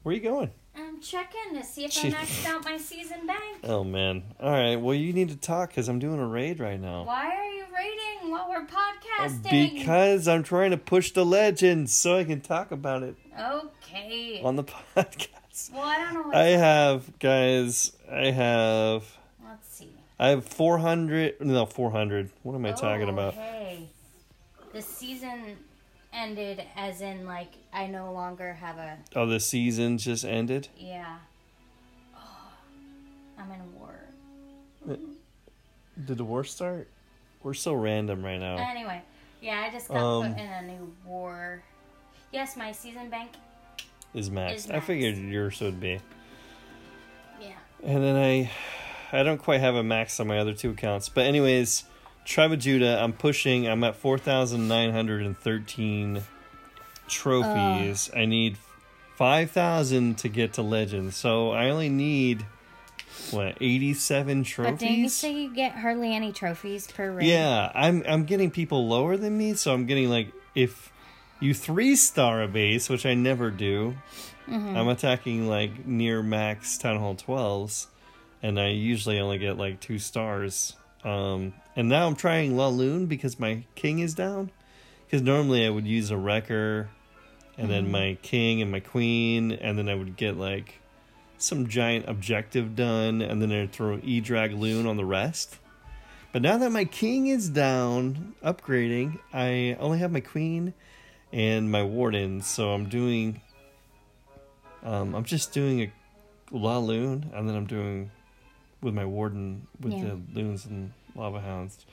Speaker 2: Where are you going?
Speaker 1: I'm checking to see if
Speaker 2: I Gee. maxed
Speaker 1: out my season bank.
Speaker 2: Oh man! All right. Well, you need to talk because I'm doing a raid right now.
Speaker 1: Why are you rating while we're podcasting?
Speaker 2: Oh. Uh, Because I'm trying to push the legends so I can talk about it
Speaker 1: okay.
Speaker 2: on the [LAUGHS] podcast.
Speaker 1: Well, I don't know. What
Speaker 2: I have guys. I have.
Speaker 1: Let's see.
Speaker 2: I have 400. No, 400. What am I
Speaker 1: Oh.
Speaker 2: talking about?
Speaker 1: Hey, the season ended as in like I no longer have a
Speaker 2: Oh, the season just ended.
Speaker 1: yeah. Oh, I'm in war.
Speaker 2: Did the war start? We're so random right now.
Speaker 1: Anyway, yeah, I just got
Speaker 2: Oh. Um,
Speaker 1: put in a new war. Yes, my season bank.
Speaker 2: is max.
Speaker 1: Is
Speaker 2: I figured yours would be.
Speaker 1: Yeah.
Speaker 2: And then I I don't quite have a max on my other two accounts. But anyways, Tribe of Judah, I'm pushing. I'm at 4913 trophies. I need 5000 to get to legend. So I only need what, 87 trophies?
Speaker 1: But didn't you say you get hardly any trophies per raid?
Speaker 2: Yeah, I'm I'm getting people lower than me, so I'm getting like if you three star a base, which I never do, I'm attacking like near max town hall twelves, and I usually only get like two stars. Um, and now I'm trying Laloon because my king is down. Because normally I would use a wrecker, and then my king and my queen, and then I would get like some giant objective done, and then I'd throw E Drag Loon on the rest. But now that my king is down, upgrading, I only have my queen and my warden, so I'm doing. Um, I'm just doing a La Loon, and then I'm doing with my warden with
Speaker 1: Yeah.
Speaker 2: the loons and lava hounds.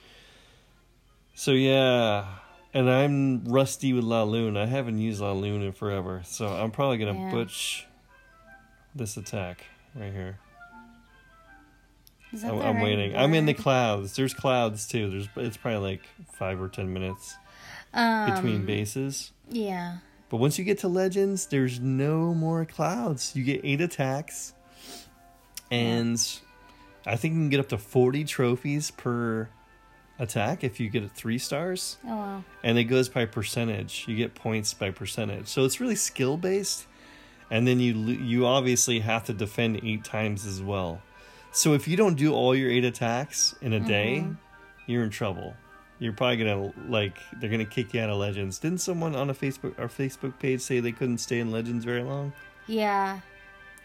Speaker 2: So yeah, and I'm rusty with La Loon. I haven't used La Loon in forever, so I'm probably gonna
Speaker 1: Yeah.
Speaker 2: butch this attack right here.
Speaker 1: Is that
Speaker 2: I'm,
Speaker 1: the
Speaker 2: I'm
Speaker 1: right
Speaker 2: waiting. I'm in the
Speaker 1: word?
Speaker 2: clouds. There's clouds too. There's it's probably like five or ten minutes
Speaker 1: um,
Speaker 2: between bases.
Speaker 1: Yeah.
Speaker 2: But once you get to legends, there's no more clouds. You get eight attacks, and I think you can get up to forty trophies per attack if you get it three stars.
Speaker 1: Oh well.
Speaker 2: And it goes by percentage. You get points by percentage. So it's really skill based. And then you lo- you obviously have to defend eight times as well. So if you don't do all your eight attacks in a day, you're in trouble. You're probably gonna like they're gonna kick you out of Legends. Didn't someone on a Facebook our Facebook page say they couldn't stay in Legends very long?
Speaker 1: Yeah.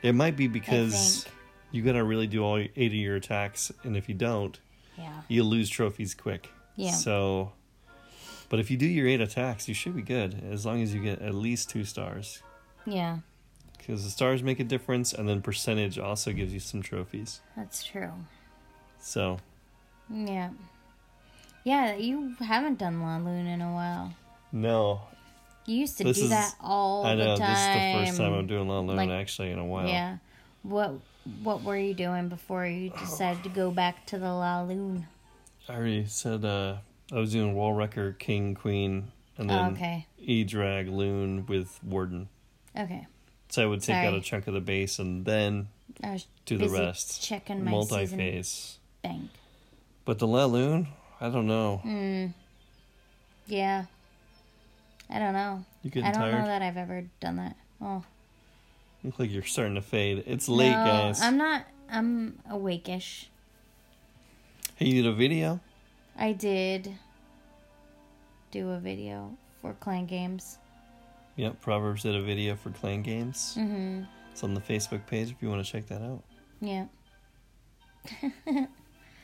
Speaker 2: It might be because
Speaker 1: think.
Speaker 2: you gotta really do all eight of your attacks, and if you don't,
Speaker 1: Yeah.
Speaker 2: you lose trophies quick.
Speaker 1: Yeah.
Speaker 2: So But if you do your eight attacks, you should be good as long as you get at least two stars.
Speaker 1: Yeah,
Speaker 2: Because the stars make a difference, and then percentage also gives you some trophies.
Speaker 1: that's true.
Speaker 2: So,
Speaker 1: Yeah. Yeah, you haven't done La Lune in a while.
Speaker 2: no.
Speaker 1: You used to
Speaker 2: This
Speaker 1: do
Speaker 2: is-
Speaker 1: that all
Speaker 2: I know,
Speaker 1: the time.
Speaker 2: this is the first time I'm doing La Lune
Speaker 1: Like-
Speaker 2: actually in a while.
Speaker 1: Yeah. What what were you doing before you decided to go back to the La Lune?
Speaker 2: I already said uh, I was doing Wall Wrecker, King, Queen, and
Speaker 1: Oh,
Speaker 2: then
Speaker 1: okay.
Speaker 2: E Drag, Loon with Warden.
Speaker 1: Okay.
Speaker 2: So I would take out
Speaker 1: Sorry.
Speaker 2: a chunk of the base and then
Speaker 1: I was
Speaker 2: do the
Speaker 1: busy
Speaker 2: rest.
Speaker 1: Checking my
Speaker 2: Multi
Speaker 1: multi
Speaker 2: phase.
Speaker 1: bank. Hmm.
Speaker 2: But the La Lune, I don't know.
Speaker 1: Yeah. I don't know. I
Speaker 2: You getting
Speaker 1: don't know
Speaker 2: tired?
Speaker 1: that I've ever done that. Oh.
Speaker 2: Look like you're starting to fade. It's late,
Speaker 1: No,
Speaker 2: guys.
Speaker 1: I'm not I'm awakeish.
Speaker 2: Hey, you did a video?
Speaker 1: I did do a video for Clan Games.
Speaker 2: Yep, Proverbs did a video for clan games.
Speaker 1: Mhm.
Speaker 2: It's on the Facebook page if you want to check that out.
Speaker 1: Yeah.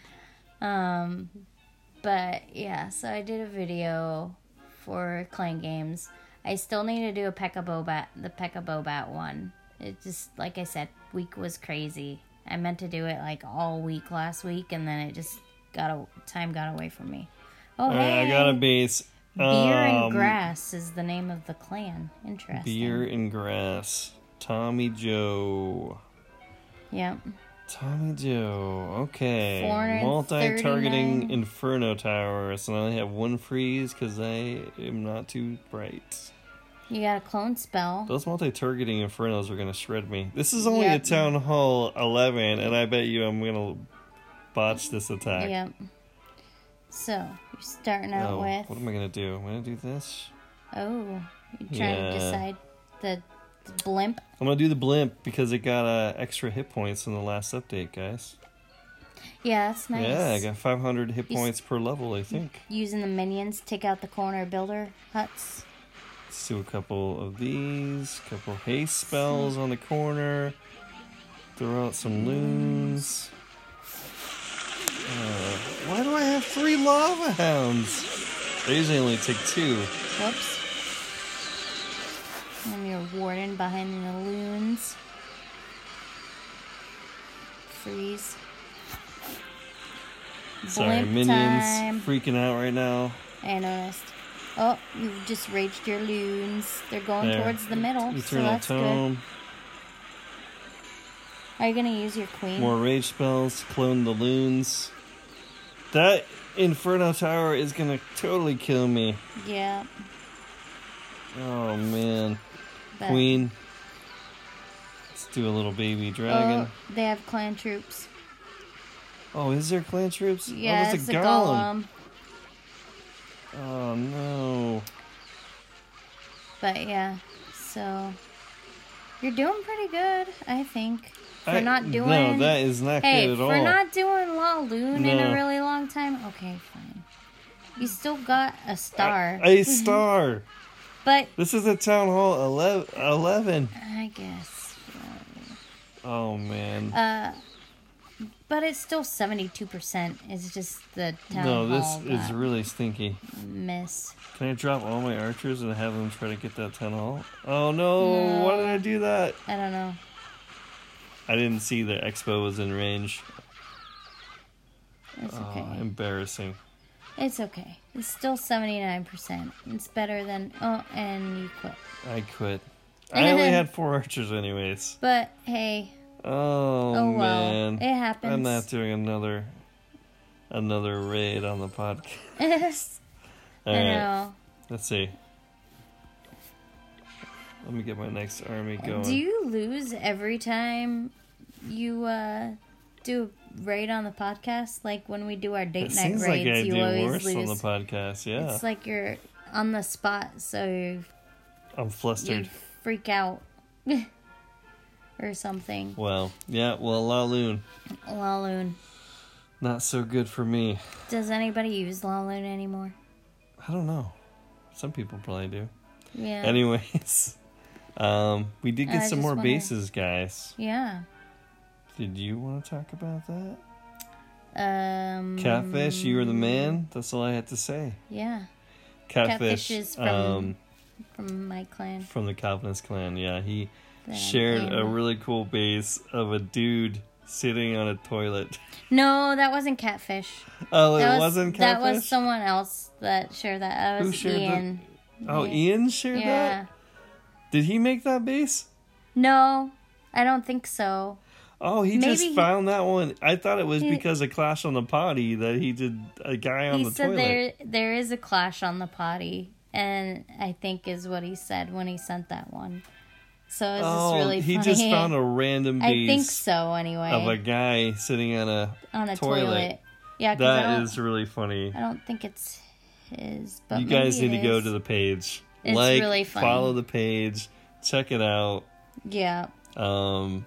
Speaker 1: [LAUGHS] um but yeah, so I did a video for Clan Games. I still need to do a Pekka Bobat the Pekka Bobat one. It just like I said, week was crazy. I meant to do it like all week last week and then it just got a time got away from me. Oh
Speaker 2: All right, I
Speaker 1: hey!
Speaker 2: got a base.
Speaker 1: Beer
Speaker 2: Um,
Speaker 1: and Grass is the name of the clan. Interesting.
Speaker 2: Beer and grass. Tommy Joe.
Speaker 1: Yep.
Speaker 2: Tommy Joe. Okay.
Speaker 1: 439.
Speaker 2: Multi-targeting Inferno Tower. So now I have one freeze because I am not too bright.
Speaker 1: You got a clone spell.
Speaker 2: Those multi-targeting Infernos are gonna shred me. This is only
Speaker 1: Yep.
Speaker 2: a Town Hall 11, and I bet you I'm gonna botch this attack.
Speaker 1: Yep. So you're starting out
Speaker 2: Oh,
Speaker 1: with
Speaker 2: what am I gonna do? I'm gonna do this.
Speaker 1: oh, you're trying
Speaker 2: Yeah.
Speaker 1: to decide the, the blimp.
Speaker 2: I'm gonna do the blimp because it got uh, extra hit points in the last update, guys.
Speaker 1: Yeah, that's nice.
Speaker 2: Yeah, I got 500 hit
Speaker 1: You s-
Speaker 2: points per level, I think.
Speaker 1: Using the minions, take out the corner builder huts.
Speaker 2: Let's do a couple of these, couple haste spells on the corner, throw out some loons. Uh, why do I have three lava hounds? They usually only take two.
Speaker 1: Whoops. And your warden behind the loons. Freeze.
Speaker 2: Sorry,
Speaker 1: Blimp
Speaker 2: minions
Speaker 1: time.
Speaker 2: freaking out right now.
Speaker 1: I noticed. Oh, you've just raged your loons. They're going
Speaker 2: There.
Speaker 1: towards the middle, Oh, so
Speaker 2: Eternal
Speaker 1: that's good.
Speaker 2: Tome.
Speaker 1: Are you gonna use your queen?
Speaker 2: More rage spells, clone the loons. That Inferno Tower is gonna totally kill me.
Speaker 1: Yeah.
Speaker 2: Oh man.
Speaker 1: but-
Speaker 2: Queen. Let's do a little baby dragon.
Speaker 1: Oh, they have clan troops.
Speaker 2: Oh, is there clan troops?
Speaker 1: Yeah,
Speaker 2: oh,
Speaker 1: it's a golem.
Speaker 2: Oh no.
Speaker 1: But yeah, so you're doing pretty good, I think. For
Speaker 2: I-
Speaker 1: not doing.
Speaker 2: No, that is not
Speaker 1: hey,
Speaker 2: good at
Speaker 1: for
Speaker 2: all.
Speaker 1: not doing La Loon in
Speaker 2: No.
Speaker 1: a really long time. Okay, fine. You still got a star,
Speaker 2: A star.
Speaker 1: but
Speaker 2: this is a town hall 11. 11.
Speaker 1: I guess.
Speaker 2: Oh man.
Speaker 1: Uh, but it's still seventy-two percent. It's just the town
Speaker 2: no, this
Speaker 1: hall
Speaker 2: is
Speaker 1: that
Speaker 2: really stinky.
Speaker 1: miss.
Speaker 2: Can I drop all my archers and have them try to get that town hall? Oh no, why did I do that?
Speaker 1: I don't know.
Speaker 2: I didn't see that Expo was in range.
Speaker 1: It's
Speaker 2: Oh,
Speaker 1: okay.
Speaker 2: embarrassing.
Speaker 1: It's okay. It's still seventy-nine percent. It's better than oh, and you quit.
Speaker 2: I
Speaker 1: [LAUGHS]
Speaker 2: quit. I only had four archers, anyways.
Speaker 1: But hey,
Speaker 2: Oh,
Speaker 1: oh well,
Speaker 2: man,
Speaker 1: it happens.
Speaker 2: I'm not doing another another raid on the podcast.
Speaker 1: [LAUGHS] I
Speaker 2: All right,
Speaker 1: know.
Speaker 2: let's see. Let me get my next army going.
Speaker 1: Do you lose every time you uh, do a raid on the podcast? Like when we do our date
Speaker 2: it
Speaker 1: night
Speaker 2: seems like
Speaker 1: raids,
Speaker 2: I
Speaker 1: you
Speaker 2: do
Speaker 1: always
Speaker 2: worse on
Speaker 1: lose.
Speaker 2: the podcast. Yeah,
Speaker 1: It's like you're on the spot, so
Speaker 2: I'm
Speaker 1: you
Speaker 2: flustered.
Speaker 1: freak out [LAUGHS] or something.
Speaker 2: Well, yeah, well, La Lune,
Speaker 1: Laloon.
Speaker 2: not so good for me.
Speaker 1: Does anybody use Laloon anymore?
Speaker 2: I don't know. Some people probably do.
Speaker 1: Yeah.
Speaker 2: Anyways, [LAUGHS] um, we did get
Speaker 1: I
Speaker 2: some
Speaker 1: just
Speaker 2: more
Speaker 1: wonder-
Speaker 2: bases, guys.
Speaker 1: yeah.
Speaker 2: Did you want to talk about that?
Speaker 1: Um. Mm.
Speaker 2: Catfish, you were the man. That's all I had to say.
Speaker 1: Yeah.
Speaker 2: Catfish,
Speaker 1: Catfish is from-
Speaker 2: um,
Speaker 1: from my clan.
Speaker 2: from the Calvinist clan. Yeah, he
Speaker 1: that I'm
Speaker 2: shared a
Speaker 1: in.
Speaker 2: really cool base of a dude sitting on a toilet. [LAUGHS]
Speaker 1: No, that wasn't catfish.
Speaker 2: Oh,
Speaker 1: That
Speaker 2: it was, not
Speaker 1: That
Speaker 2: Catfish?
Speaker 1: was someone else that shared that. That
Speaker 2: Who
Speaker 1: was
Speaker 2: shared that?
Speaker 1: Ian.
Speaker 2: oh,
Speaker 1: Yeah.
Speaker 2: Ian shared
Speaker 1: Yeah.
Speaker 2: that? Did he make that base?
Speaker 1: No, I don't think so.
Speaker 2: Oh, he
Speaker 1: Maybe
Speaker 2: just
Speaker 1: he-
Speaker 2: found that one. I thought it was
Speaker 1: He-
Speaker 2: because of Clash on the Potty that he did a guy on
Speaker 1: he
Speaker 2: the
Speaker 1: said
Speaker 2: toilet.
Speaker 1: there there is a clash on the potty, and I think is what he said when he sent that one. So it's
Speaker 2: oh,
Speaker 1: just really
Speaker 2: he
Speaker 1: funny.
Speaker 2: just found a
Speaker 1: [LAUGHS]
Speaker 2: random
Speaker 1: I think
Speaker 2: base
Speaker 1: so anyway.
Speaker 2: of a guy sitting on a.
Speaker 1: on a
Speaker 2: toilet.
Speaker 1: toilet. Yeah, 'cause I
Speaker 2: That
Speaker 1: don't,
Speaker 2: is really funny.
Speaker 1: I don't think it's his. But
Speaker 2: you guys
Speaker 1: maybe
Speaker 2: need
Speaker 1: it
Speaker 2: to go
Speaker 1: is.
Speaker 2: to the page.
Speaker 1: It's
Speaker 2: like,
Speaker 1: really funny.
Speaker 2: follow the page, check it out.
Speaker 1: yeah.
Speaker 2: Um,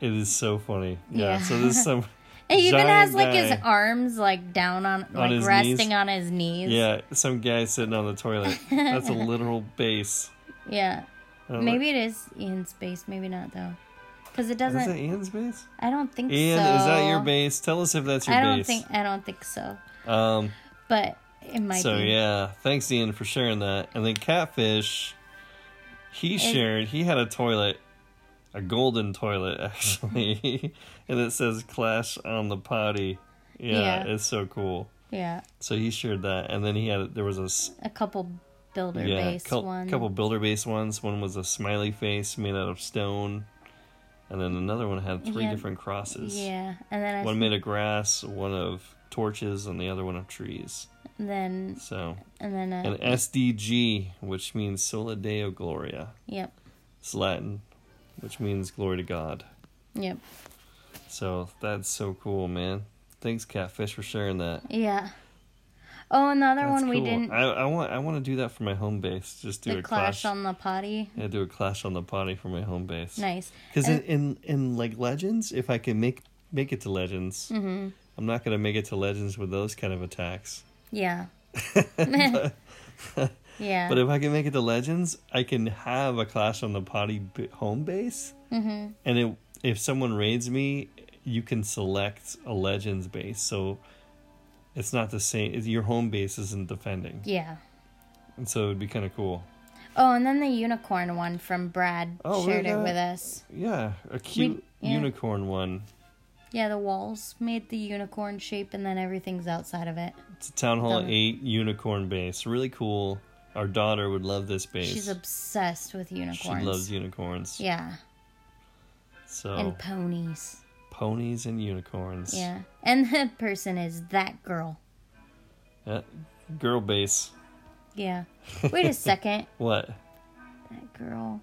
Speaker 2: it is so funny. Yeah.
Speaker 1: Yeah.
Speaker 2: So
Speaker 1: [LAUGHS]
Speaker 2: there's some.
Speaker 1: It even
Speaker 2: giant
Speaker 1: has like his
Speaker 2: guy.
Speaker 1: arms like down on, like
Speaker 2: his
Speaker 1: resting
Speaker 2: knees?
Speaker 1: on his knees.
Speaker 2: Yeah, some guy sitting on the toilet. That's a literal base.
Speaker 1: Yeah.
Speaker 2: I don't
Speaker 1: Maybe it is Ian's base. Maybe not though, because it
Speaker 2: know.
Speaker 1: doesn't.
Speaker 2: Is that Ian's base?
Speaker 1: I don't think
Speaker 2: Ian,
Speaker 1: so.
Speaker 2: is that your base? Tell us if that's your
Speaker 1: I don't
Speaker 2: base.
Speaker 1: think. I don't think so.
Speaker 2: Um.
Speaker 1: But it might
Speaker 2: so
Speaker 1: be.
Speaker 2: yeah, thanks Ian for sharing that. And then Catfish, he shared. He had a toilet, a golden toilet [LAUGHS] actually, and it says "Clash on the Potty." Yeah,
Speaker 1: Yeah.
Speaker 2: it's so cool.
Speaker 1: Yeah.
Speaker 2: So he shared that, and then he had there was a s-
Speaker 1: A couple builder base
Speaker 2: cou-
Speaker 1: one.
Speaker 2: couple builder base ones. One was a smiley face made out of stone, and then another one had three
Speaker 1: Yeah.
Speaker 2: different crosses.
Speaker 1: Yeah, and then I
Speaker 2: One made of grass, one of torches, and the other one of trees.
Speaker 1: and then
Speaker 2: So
Speaker 1: and then uh,
Speaker 2: an SDG, which means Sola Deo Gloria.
Speaker 1: yep
Speaker 2: It's Latin, which means glory to God.
Speaker 1: yep
Speaker 2: So that's so cool, man. Thanks, Catfish, for sharing that.
Speaker 1: yeah. Oh, another
Speaker 2: That's
Speaker 1: one we
Speaker 2: cool.
Speaker 1: didn't.
Speaker 2: I, I want. I want to do that for my home base. Just do
Speaker 1: the
Speaker 2: a
Speaker 1: clash,
Speaker 2: clash.
Speaker 1: on the potty.
Speaker 2: yeah, do a clash on the potty for my home base.
Speaker 1: Nice.
Speaker 2: Because
Speaker 1: And-
Speaker 2: in, in in like legends, if I can make make it to legends,
Speaker 1: Mm-hmm.
Speaker 2: I'm not gonna make it to legends with those kind of attacks. [LAUGHS]
Speaker 1: Yeah. [LAUGHS] yeah.
Speaker 2: But if I can make it to legends, I can have a clash on the potty b- home base, mm-hmm. and it, if someone raids me, you can select a legends base. So it's not the same. it's- Your home base isn't defending,
Speaker 1: yeah.
Speaker 2: and so it'd be kind of cool.
Speaker 1: Oh, and then the unicorn one from Brad
Speaker 2: Oh, we
Speaker 1: shared it
Speaker 2: got-
Speaker 1: with us.
Speaker 2: Yeah, a cute
Speaker 1: yeah.
Speaker 2: unicorn one.
Speaker 1: Yeah, the walls made the unicorn shape, and then everything's outside of it.
Speaker 2: It's a Town Hall
Speaker 1: Done.
Speaker 2: 8 unicorn base. Really cool. Our daughter would love this base.
Speaker 1: She's obsessed with
Speaker 2: she
Speaker 1: unicorns.
Speaker 2: loves unicorns.
Speaker 1: Yeah,
Speaker 2: So
Speaker 1: and ponies.
Speaker 2: ponies and unicorns.
Speaker 1: Yeah, and [LAUGHS] the person is that girl.
Speaker 2: Yeah. Girl base.
Speaker 1: Yeah. Wait
Speaker 2: [LAUGHS]
Speaker 1: a second,
Speaker 2: What?
Speaker 1: that girl,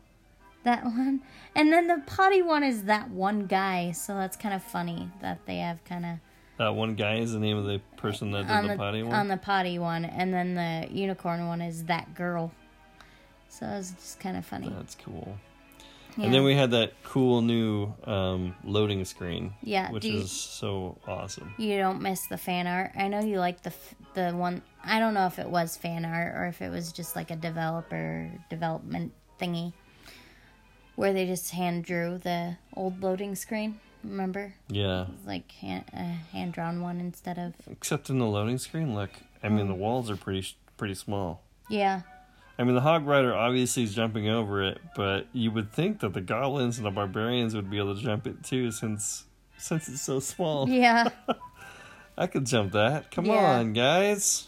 Speaker 1: that one, and then the potty one is that one guy. So that's kind of funny that they have kind of
Speaker 2: That uh, one guy is the name of the person that did
Speaker 1: on
Speaker 2: the,
Speaker 1: the
Speaker 2: potty one.
Speaker 1: on the potty one, and then the unicorn one is that girl. So it's just kind of funny.
Speaker 2: That's cool.
Speaker 1: Yeah.
Speaker 2: And then we had that cool new um, loading screen.
Speaker 1: Yeah,
Speaker 2: Which
Speaker 1: do you-
Speaker 2: is so awesome.
Speaker 1: you don't miss the fan art. I know you like the f- the one. I don't know if it was fan art or if it was just like a developer development thingy, where they just hand drew the old loading screen. Remember,
Speaker 2: Yeah.
Speaker 1: It was like hand, a hand drawn one instead of
Speaker 2: Except in the loading screen, look. I mean,
Speaker 1: Mm.
Speaker 2: the walls are pretty sh- pretty small.
Speaker 1: yeah,
Speaker 2: I mean, the Hog Rider obviously is jumping over it, but you would think that the goblins and the barbarians would be able to jump it too, since since it's so small. [LAUGHS]
Speaker 1: yeah.
Speaker 2: I could jump that. Come
Speaker 1: Yeah.
Speaker 2: on, guys.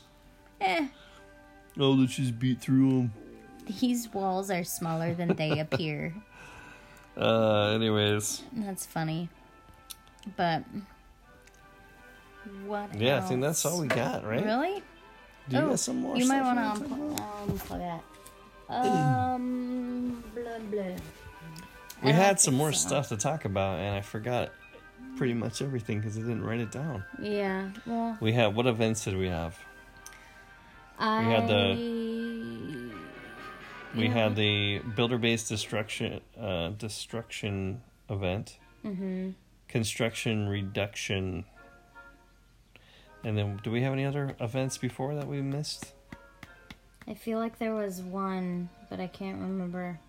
Speaker 1: Eh,
Speaker 2: Oh, let's just beat through them.
Speaker 1: these walls are smaller than they appear.
Speaker 2: Uh, anyways,
Speaker 1: That's funny, but what?
Speaker 2: yeah,
Speaker 1: else?
Speaker 2: I think that's all we got, right?
Speaker 1: Really?
Speaker 2: Do you
Speaker 1: Oh,
Speaker 2: got some more?
Speaker 1: You might
Speaker 2: stuff
Speaker 1: want
Speaker 2: wanna
Speaker 1: to
Speaker 2: talk about?
Speaker 1: unplug,
Speaker 2: [CLEARS THROAT]
Speaker 1: unplug that. Um, blah, blah. I
Speaker 2: We
Speaker 1: don't
Speaker 2: had some
Speaker 1: think
Speaker 2: more
Speaker 1: so.
Speaker 2: stuff to talk about, and I forgot pretty much everything because I didn't write it down.
Speaker 1: Yeah. Well,
Speaker 2: We had what events did we have?
Speaker 1: I.
Speaker 2: had We had the builder base destruction uh, destruction event,
Speaker 1: Mhm.
Speaker 2: construction reduction, and then do we have any other events before that we missed?
Speaker 1: I feel like there was one, but I can't remember.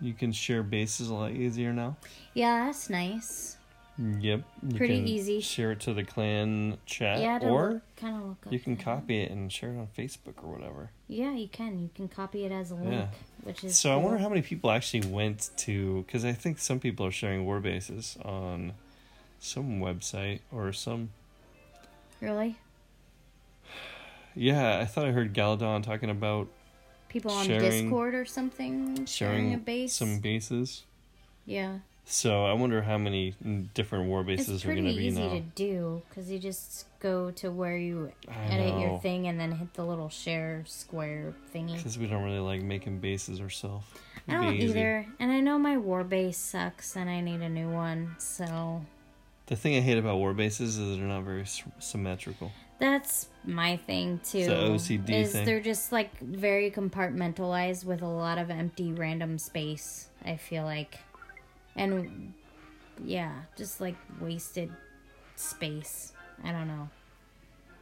Speaker 2: You can share bases a lot easier now.
Speaker 1: Yeah, that's nice.
Speaker 2: Yep. You
Speaker 1: Pretty
Speaker 2: can
Speaker 1: easy.
Speaker 2: Share it to the clan chat,
Speaker 1: yeah,
Speaker 2: or
Speaker 1: kind of look up.
Speaker 2: you can
Speaker 1: that.
Speaker 2: copy it and share it on Facebook or whatever.
Speaker 1: Yeah, you can. You can copy it as a link,
Speaker 2: Yeah.
Speaker 1: which is.
Speaker 2: So I
Speaker 1: cool.
Speaker 2: wonder how many people actually went to because I think some people are sharing war bases on some website or some.
Speaker 1: Really,
Speaker 2: Yeah, I thought I heard Galadon talking about
Speaker 1: people on
Speaker 2: Sharing-
Speaker 1: Discord or something sharing,
Speaker 2: sharing
Speaker 1: a base.
Speaker 2: some bases.
Speaker 1: yeah,
Speaker 2: So I wonder how many different war
Speaker 1: it's
Speaker 2: bases are
Speaker 1: pretty
Speaker 2: going to be
Speaker 1: easy
Speaker 2: now.
Speaker 1: to do because you just go to where you
Speaker 2: I
Speaker 1: edit
Speaker 2: know.
Speaker 1: your thing and then hit the little share square thingy.
Speaker 2: Because we don't really like making bases ourselves.
Speaker 1: I don't either, and I know my war base sucks, and I need a new one. So
Speaker 2: The thing I hate about war bases is they're not very s- symmetrical.
Speaker 1: that's my thing too.
Speaker 2: the OCD
Speaker 1: is
Speaker 2: thing.
Speaker 1: they're just like very compartmentalized with a lot of empty random space. I feel like, and yeah, just like wasted space. I don't know.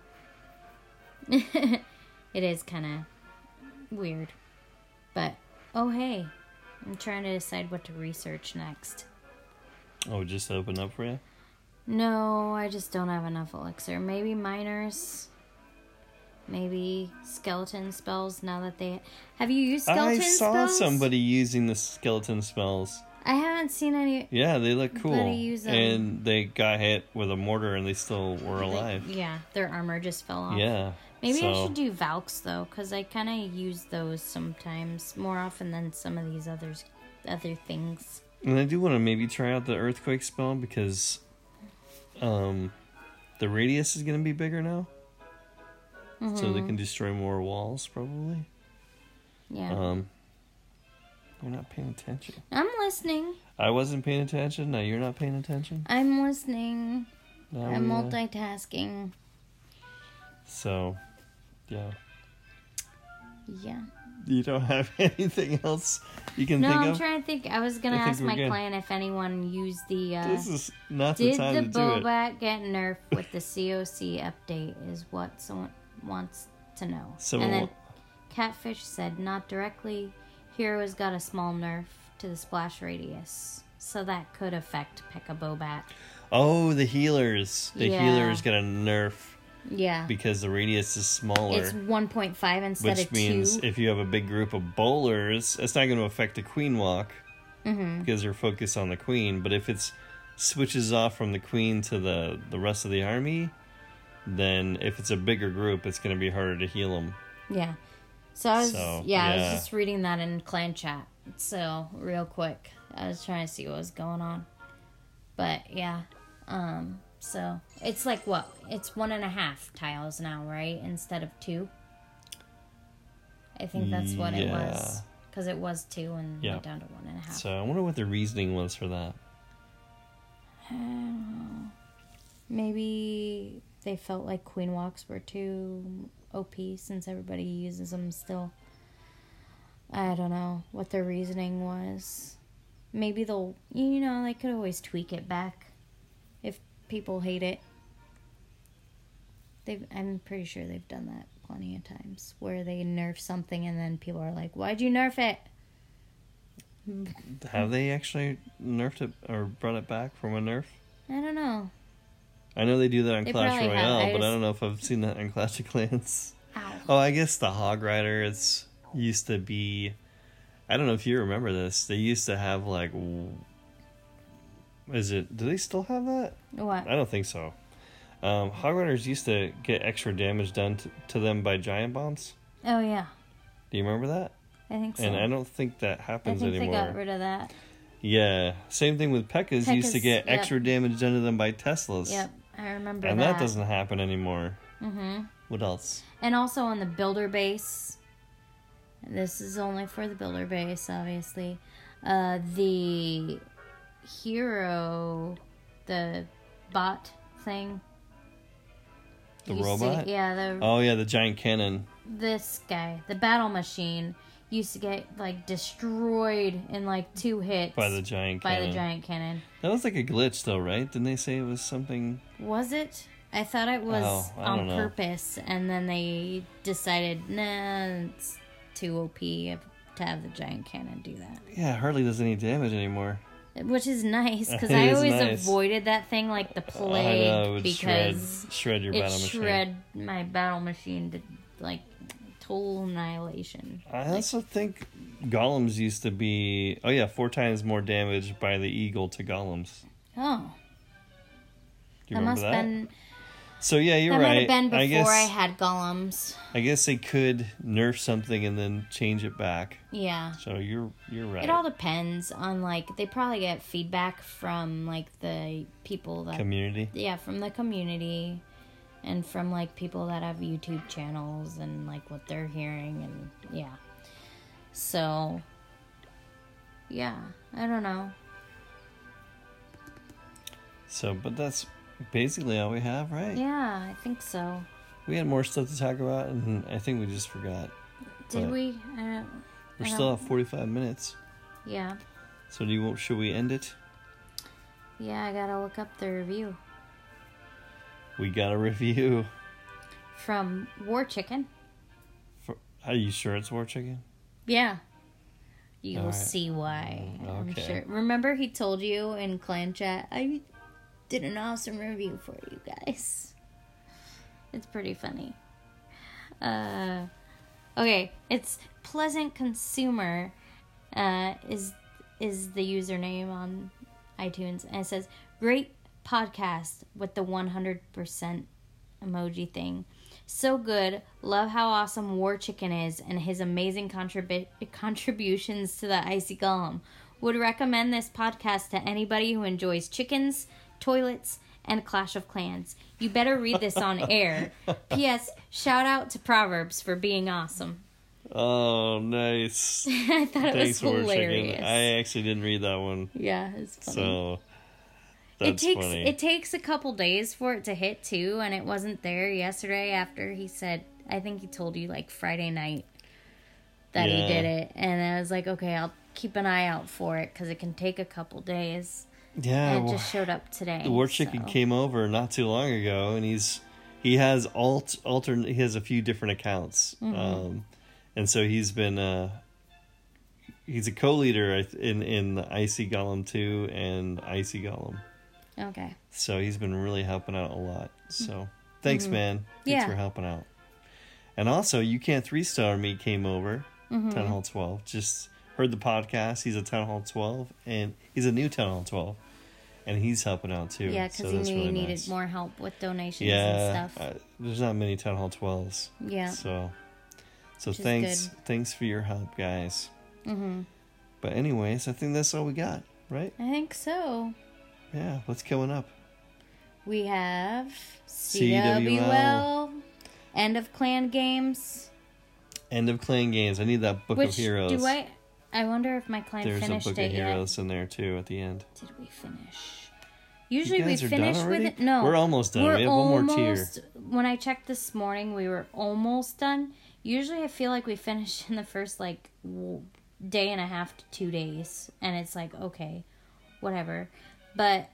Speaker 1: [LAUGHS] it is kind of weird, but oh hey, I'm trying to decide what to research next.
Speaker 2: Oh, just open up for you.
Speaker 1: No, I just don't have enough elixir. Maybe miners. Maybe skeleton spells now that they have you used skeleton
Speaker 2: I saw
Speaker 1: spells?
Speaker 2: somebody using the skeleton spells.
Speaker 1: I haven't seen any
Speaker 2: Yeah, they look cool.
Speaker 1: use them.
Speaker 2: And they got hit with a mortar and they still were alive.
Speaker 1: yeah, their armor just fell off.
Speaker 2: yeah.
Speaker 1: Maybe I
Speaker 2: so-
Speaker 1: should do Valks though, because I kind of use those sometimes more often than some of these others, other things.
Speaker 2: And I do want to maybe try out the earthquake spell because um the radius is going to be bigger now. So
Speaker 1: Mm-hmm.
Speaker 2: they can destroy more walls probably.
Speaker 1: Yeah,
Speaker 2: Um You're not paying attention.
Speaker 1: I'm listening.
Speaker 2: I wasn't paying attention. Now you're not paying attention.
Speaker 1: I'm listening.
Speaker 2: Now
Speaker 1: I'm
Speaker 2: we, uh,
Speaker 1: multitasking.
Speaker 2: So, yeah.
Speaker 1: Yeah.
Speaker 2: You don't have [LAUGHS] anything else you can
Speaker 1: No,
Speaker 2: think
Speaker 1: I'm
Speaker 2: of?
Speaker 1: trying to think. I was gonna
Speaker 2: I think
Speaker 1: ask
Speaker 2: we're
Speaker 1: my
Speaker 2: good.
Speaker 1: client if anyone used the. Uh,
Speaker 2: this is not the
Speaker 1: did
Speaker 2: time
Speaker 1: the
Speaker 2: to do it.
Speaker 1: Bobat get nerfed with the COC update? Is what someone wants to know.
Speaker 2: So-
Speaker 1: and then Catfish said, not directly. Heroes got a small nerf to the splash radius, so that could affect Pekka Bobat.
Speaker 2: Oh, the healers. The
Speaker 1: Yeah.
Speaker 2: healers got a nerf
Speaker 1: Yeah,
Speaker 2: because the radius is smaller.
Speaker 1: it's 1.5 instead
Speaker 2: which
Speaker 1: of
Speaker 2: means
Speaker 1: two.
Speaker 2: if you have a big group of bowlers, it's not going to affect the queen walk
Speaker 1: Mm-hmm.
Speaker 2: because they're focused on the queen. But if it's switches off from the queen to the the rest of the army, then if it's a bigger group, it's going to be harder to heal them.
Speaker 1: yeah. So I was
Speaker 2: So,
Speaker 1: yeah, I was
Speaker 2: yeah.
Speaker 1: just reading that in clan chat. So real quick, I was trying to see what was going on, but yeah. Um, so it's like what? It's one and a half tiles now, right? Instead of two. I think that's what it was because it was two and
Speaker 2: Yeah.
Speaker 1: went down to one and a half.
Speaker 2: So I wonder what the reasoning was for that.
Speaker 1: I don't know. Mm. Maybe they felt like queen walks were too OP since everybody uses them still. I don't know what their reasoning was. Maybe they'll, you know, they could always tweak it back if people hate it. They've, I'm pretty sure they've done that plenty of times where they nerf something and then people are like, "Why'd you nerf it?"
Speaker 2: Have they actually nerfed it or brought it back from a nerf?
Speaker 1: I don't know.
Speaker 2: I know they do that on
Speaker 1: They
Speaker 2: Clash
Speaker 1: probably have.
Speaker 2: Royale,
Speaker 1: I
Speaker 2: but I
Speaker 1: just-
Speaker 2: don't know if I've seen that on Clash of Clans. [LAUGHS]
Speaker 1: Ow.
Speaker 2: Oh, I guess the Hog Rider it's used to be. I don't know if you remember this. They used to have like. w- Is it? Do they still have that?
Speaker 1: What?
Speaker 2: I don't think so. Um, Hog Riders used to get extra damage done t- to them by giant bombs.
Speaker 1: Oh yeah,
Speaker 2: Do you remember that?
Speaker 1: I think so.
Speaker 2: And I don't think that
Speaker 1: I
Speaker 2: happens
Speaker 1: think
Speaker 2: anymore.
Speaker 1: they got rid of that.
Speaker 2: yeah, same thing with Pekkas. used to
Speaker 1: Pekkas,
Speaker 2: get
Speaker 1: yep.
Speaker 2: extra damage done to them by Teslas.
Speaker 1: Yep, I remember
Speaker 2: And
Speaker 1: that.
Speaker 2: that. doesn't happen anymore.
Speaker 1: hmm
Speaker 2: What else?
Speaker 1: And also on the builder base. This is only for the builder base, obviously. Uh, the hero, the bot thing.
Speaker 2: The
Speaker 1: used to-
Speaker 2: robot?
Speaker 1: yeah, the
Speaker 2: Oh yeah, the giant cannon.
Speaker 1: this guy, the battle machine, used to get like destroyed in like two hits
Speaker 2: By the giant
Speaker 1: by
Speaker 2: cannon.
Speaker 1: the giant cannon.
Speaker 2: That was like a glitch, though, right? Didn't they say it was something?
Speaker 1: Was it? I thought it was
Speaker 2: Oh, I don't
Speaker 1: on
Speaker 2: know.
Speaker 1: purpose, and then they decided, nah, it's too OP to have the giant cannon do that.
Speaker 2: Yeah, it hardly does any damage anymore.
Speaker 1: which is nice because
Speaker 2: [LAUGHS] It
Speaker 1: I
Speaker 2: is
Speaker 1: always
Speaker 2: nice.
Speaker 1: avoided that thing like the plague
Speaker 2: Oh, I know, it would
Speaker 1: because
Speaker 2: shred, shred your
Speaker 1: it
Speaker 2: battle machine.
Speaker 1: shred my battle machine to like total annihilation.
Speaker 2: I also think golems used to be oh yeah four times more damage by the eagle to golems.
Speaker 1: Oh,
Speaker 2: Do you
Speaker 1: that
Speaker 2: remember
Speaker 1: must
Speaker 2: that?
Speaker 1: been
Speaker 2: so yeah, you're
Speaker 1: that might
Speaker 2: right.
Speaker 1: have been before
Speaker 2: I guess
Speaker 1: I had golems.
Speaker 2: I guess they could nerf something and then change it back.
Speaker 1: Yeah.
Speaker 2: So you're you're right.
Speaker 1: It all depends on like they probably get feedback from like the people that
Speaker 2: Community.
Speaker 1: yeah from the community and from like people that have YouTube channels and like what they're hearing and yeah. So yeah, I don't know.
Speaker 2: So, but that's basically all we have, right?
Speaker 1: Yeah, I think so.
Speaker 2: We had more stuff to talk about, and I think we just forgot.
Speaker 1: Did
Speaker 2: But-
Speaker 1: we? I don't,
Speaker 2: We're
Speaker 1: I
Speaker 2: still
Speaker 1: don't-
Speaker 2: at 45 minutes.
Speaker 1: yeah.
Speaker 2: So, do you want, should we end it?
Speaker 1: Yeah, I gotta look up the review
Speaker 2: We got a review. [LAUGHS]
Speaker 1: from War Chicken.
Speaker 2: For, are you sure it's War Chicken?
Speaker 1: Yeah. You will
Speaker 2: Alright.
Speaker 1: see why. I'm
Speaker 2: Okay.
Speaker 1: sure. Remember, he told you in clan chat, I did an awesome review for you guys. It's pretty funny. Uh, okay, it's Pleasant Consumer uh, is is the username on iTunes, and it says great podcast with the 100% emoji thing. So good. Love how awesome War Chicken is and his amazing contribu- contributions to the Icy Golem. Would recommend this podcast to anybody who enjoys chickens, toilets, and Clash of Clans. You better read this
Speaker 2: [LAUGHS]
Speaker 1: on air. P.S. Shout out to Proverbs for being awesome. [LAUGHS]
Speaker 2: Oh, nice.
Speaker 1: I thought it was
Speaker 2: Thanks, War
Speaker 1: hilarious.
Speaker 2: Chicken. I actually didn't read that one.
Speaker 1: Yeah, it's funny.
Speaker 2: So,
Speaker 1: it
Speaker 2: that's
Speaker 1: takes
Speaker 2: funny.
Speaker 1: it takes a couple days for it to hit too, and it wasn't there yesterday. After he said, I think he told you like Friday night that
Speaker 2: Yeah.
Speaker 1: he did it, and I was like, okay, I'll keep an eye out for it because it can take a couple days.
Speaker 2: yeah,
Speaker 1: And it
Speaker 2: War,
Speaker 1: just showed up today.
Speaker 2: War Chicken
Speaker 1: so-
Speaker 2: came over not too long ago, and he's he has alt alternate. He has a few different accounts, um, and so he's been uh, he's a co-leader I th- in in the Icy Golem two and Icy Golem.
Speaker 1: Okay,
Speaker 2: So he's been really helping out a lot. So thanks, man. Thanks
Speaker 1: Mm-hmm. Yeah.
Speaker 2: for helping out. And also, you can't three star me came over
Speaker 1: Mm-hmm.
Speaker 2: town hall twelve. Just heard the podcast. He's a town hall twelve, and he's a new town hall twelve, and he's helping out too.
Speaker 1: yeah, because
Speaker 2: so
Speaker 1: he
Speaker 2: that's
Speaker 1: knew
Speaker 2: really
Speaker 1: he needed
Speaker 2: nice.
Speaker 1: more help with donations
Speaker 2: Yeah,
Speaker 1: and stuff.
Speaker 2: uh, there's not many town hall twelves.
Speaker 1: yeah,
Speaker 2: So, so
Speaker 1: Which is Mm-hmm.
Speaker 2: thanks, thanks for your help, guys. But anyways, I think that's all we got, right?
Speaker 1: I think so.
Speaker 2: Yeah. What's coming up?
Speaker 1: We have
Speaker 2: CWL.
Speaker 1: CWL, end of clan games.
Speaker 2: End of clan games. I need that book
Speaker 1: Which
Speaker 2: of heroes.
Speaker 1: do I? I wonder if my client
Speaker 2: There's a
Speaker 1: finished
Speaker 2: book of
Speaker 1: it yet.
Speaker 2: heroes in there too at the end.
Speaker 1: Did we finish? Usually we
Speaker 2: guys are done
Speaker 1: finish with
Speaker 2: already?
Speaker 1: it. No,
Speaker 2: We're almost done. We have one more tier.
Speaker 1: almost- When I checked this morning, we were almost done. Usually, I feel like we [LAUGHS] finish in the first like w- day and a half to two days, and it's like okay, whatever. But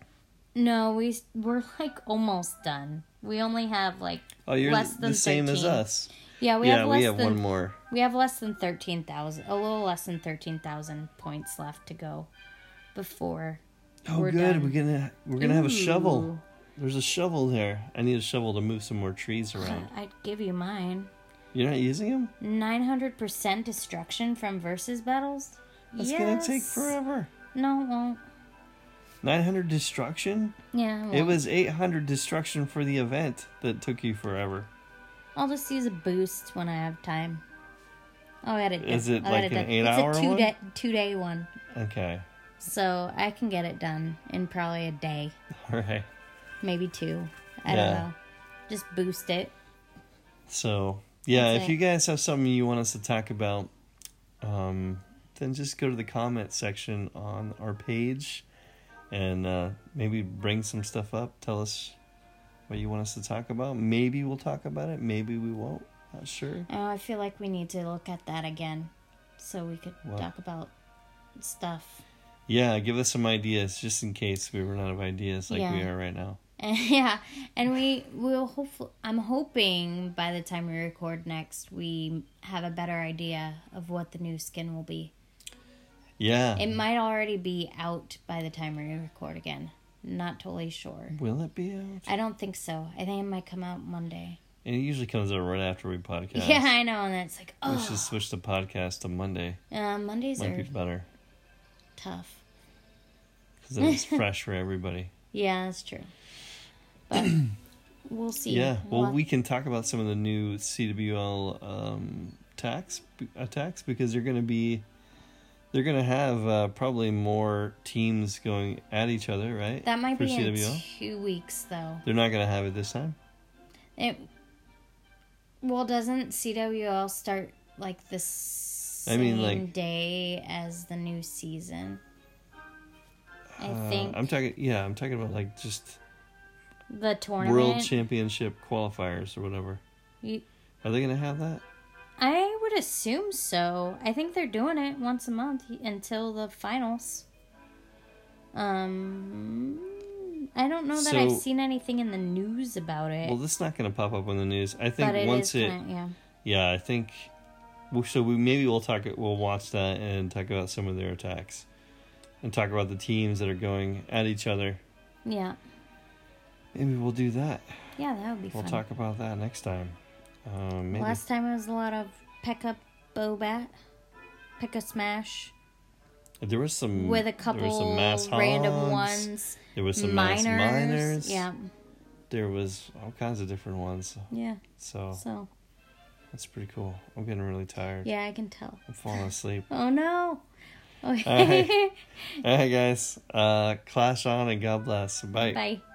Speaker 1: no, we s- we're like almost done. We only have like
Speaker 2: Oh, you're
Speaker 1: less
Speaker 2: th-
Speaker 1: than
Speaker 2: the same
Speaker 1: 13.
Speaker 2: as us.
Speaker 1: yeah, we
Speaker 2: yeah,
Speaker 1: have less
Speaker 2: we have
Speaker 1: than
Speaker 2: one more.
Speaker 1: we have less than 13,000, a little less than 13,000 points left to go before.
Speaker 2: Oh,
Speaker 1: we're
Speaker 2: good.
Speaker 1: done.
Speaker 2: We're gonna we're gonna have a shovel.
Speaker 1: Ooh.
Speaker 2: There's a shovel there. I need a shovel to move some more trees around.
Speaker 1: I'd give you mine.
Speaker 2: You're not using them?
Speaker 1: 900% destruction from versus battles?
Speaker 2: That's gonna take forever.
Speaker 1: No, it won't.
Speaker 2: 900 destruction.
Speaker 1: Yeah, it,
Speaker 2: It
Speaker 1: won't.
Speaker 2: was 800 destruction for the event that took you forever.
Speaker 1: I'll just use a boost when I have time. Oh, I'll get it done.
Speaker 2: Is it
Speaker 1: I'll
Speaker 2: like
Speaker 1: get it
Speaker 2: an
Speaker 1: done.
Speaker 2: eight-hour
Speaker 1: It's a two
Speaker 2: one?
Speaker 1: day, two day one.
Speaker 2: Okay. [LAUGHS]
Speaker 1: So I can get it done in probably a day,
Speaker 2: All right.
Speaker 1: maybe two. I
Speaker 2: Yeah.
Speaker 1: don't know. Just boost it.
Speaker 2: So yeah,
Speaker 1: That's
Speaker 2: if
Speaker 1: it.
Speaker 2: you guys have something you want us to talk about, um, then just go to the comment section on our page, and uh, maybe bring some stuff up. Tell us what you want us to talk about. Maybe we'll talk about it. Maybe we won't. Not sure.
Speaker 1: Oh, I feel like we need to look at that again so we could
Speaker 2: What?
Speaker 1: talk about stuff. [LAUGHS]
Speaker 2: Yeah, give us some ideas just in case we run out of ideas like we
Speaker 1: Yeah.
Speaker 2: are right now.
Speaker 1: And, yeah, and we will hopefully, I'm hoping by the time we record next, we have a better idea of what the new skin will be.
Speaker 2: Yeah.
Speaker 1: It might already be out by the time we record again. Not totally sure.
Speaker 2: Will it be out?
Speaker 1: I don't think so. I think it might come out Monday. [LAUGHS]
Speaker 2: And it usually comes out right after we podcast.
Speaker 1: Yeah, I know, and that's like,
Speaker 2: We
Speaker 1: oh,
Speaker 2: should switch the podcast to Monday.
Speaker 1: uh, Mondays
Speaker 2: Might
Speaker 1: are
Speaker 2: be better
Speaker 1: tough.
Speaker 2: because
Speaker 1: [LAUGHS]
Speaker 2: it's fresh for everybody.
Speaker 1: Yeah, that's true.
Speaker 2: [CLEARS THROAT]
Speaker 1: But we'll see.
Speaker 2: Yeah. Well,
Speaker 1: We'll-
Speaker 2: we can talk about some of the new CWL um, tax attacks because they're going to be they're going to have uh, probably more teams going at each other, right?
Speaker 1: that might
Speaker 2: for
Speaker 1: be in
Speaker 2: CWL?
Speaker 1: two weeks, though.
Speaker 2: They're not going to have it this time.
Speaker 1: It well doesn't CWL start like the same
Speaker 2: I mean, like-
Speaker 1: day as the new season. I
Speaker 2: Uh,
Speaker 1: think
Speaker 2: I'm talking. Yeah, I'm talking about like just
Speaker 1: the tournament.
Speaker 2: world championship qualifiers or whatever.
Speaker 1: you-
Speaker 2: Are they going to have that?
Speaker 1: I would assume so. I think they're doing it once a month y- until the finals. Um, I don't know that I've
Speaker 2: So-
Speaker 1: seen anything in the news about it.
Speaker 2: Well, this is not going to pop up on the news. I think
Speaker 1: but it
Speaker 2: once
Speaker 1: is
Speaker 2: it,
Speaker 1: kinda- yeah.
Speaker 2: yeah, I think. well, So we maybe we'll talk. We'll watch that and talk about some of their attacks, and talk about the teams that are going at each other.
Speaker 1: Yeah.
Speaker 2: Maybe we'll do that.
Speaker 1: Yeah, that would be
Speaker 2: We'll
Speaker 1: fun.
Speaker 2: talk about that next time. Um, maybe
Speaker 1: Last time it was a lot of pick up bobat, pick a smash
Speaker 2: there was some
Speaker 1: with a
Speaker 2: Hmm. there was some
Speaker 1: couple
Speaker 2: mass
Speaker 1: random
Speaker 2: hogs.
Speaker 1: ones,
Speaker 2: There was some
Speaker 1: minors.
Speaker 2: mass minors.
Speaker 1: Yeah,
Speaker 2: There was all kinds of different ones.
Speaker 1: yeah.
Speaker 2: So
Speaker 1: So
Speaker 2: that's pretty cool. I'm getting really tired.
Speaker 1: yeah, I can tell.
Speaker 2: I'm falling asleep.
Speaker 1: Oh
Speaker 2: [LAUGHS]
Speaker 1: no. Okay.
Speaker 2: All right, guys. Uh, clash on and God bless.
Speaker 1: [LAUGHS]
Speaker 2: Bye.
Speaker 1: Bye.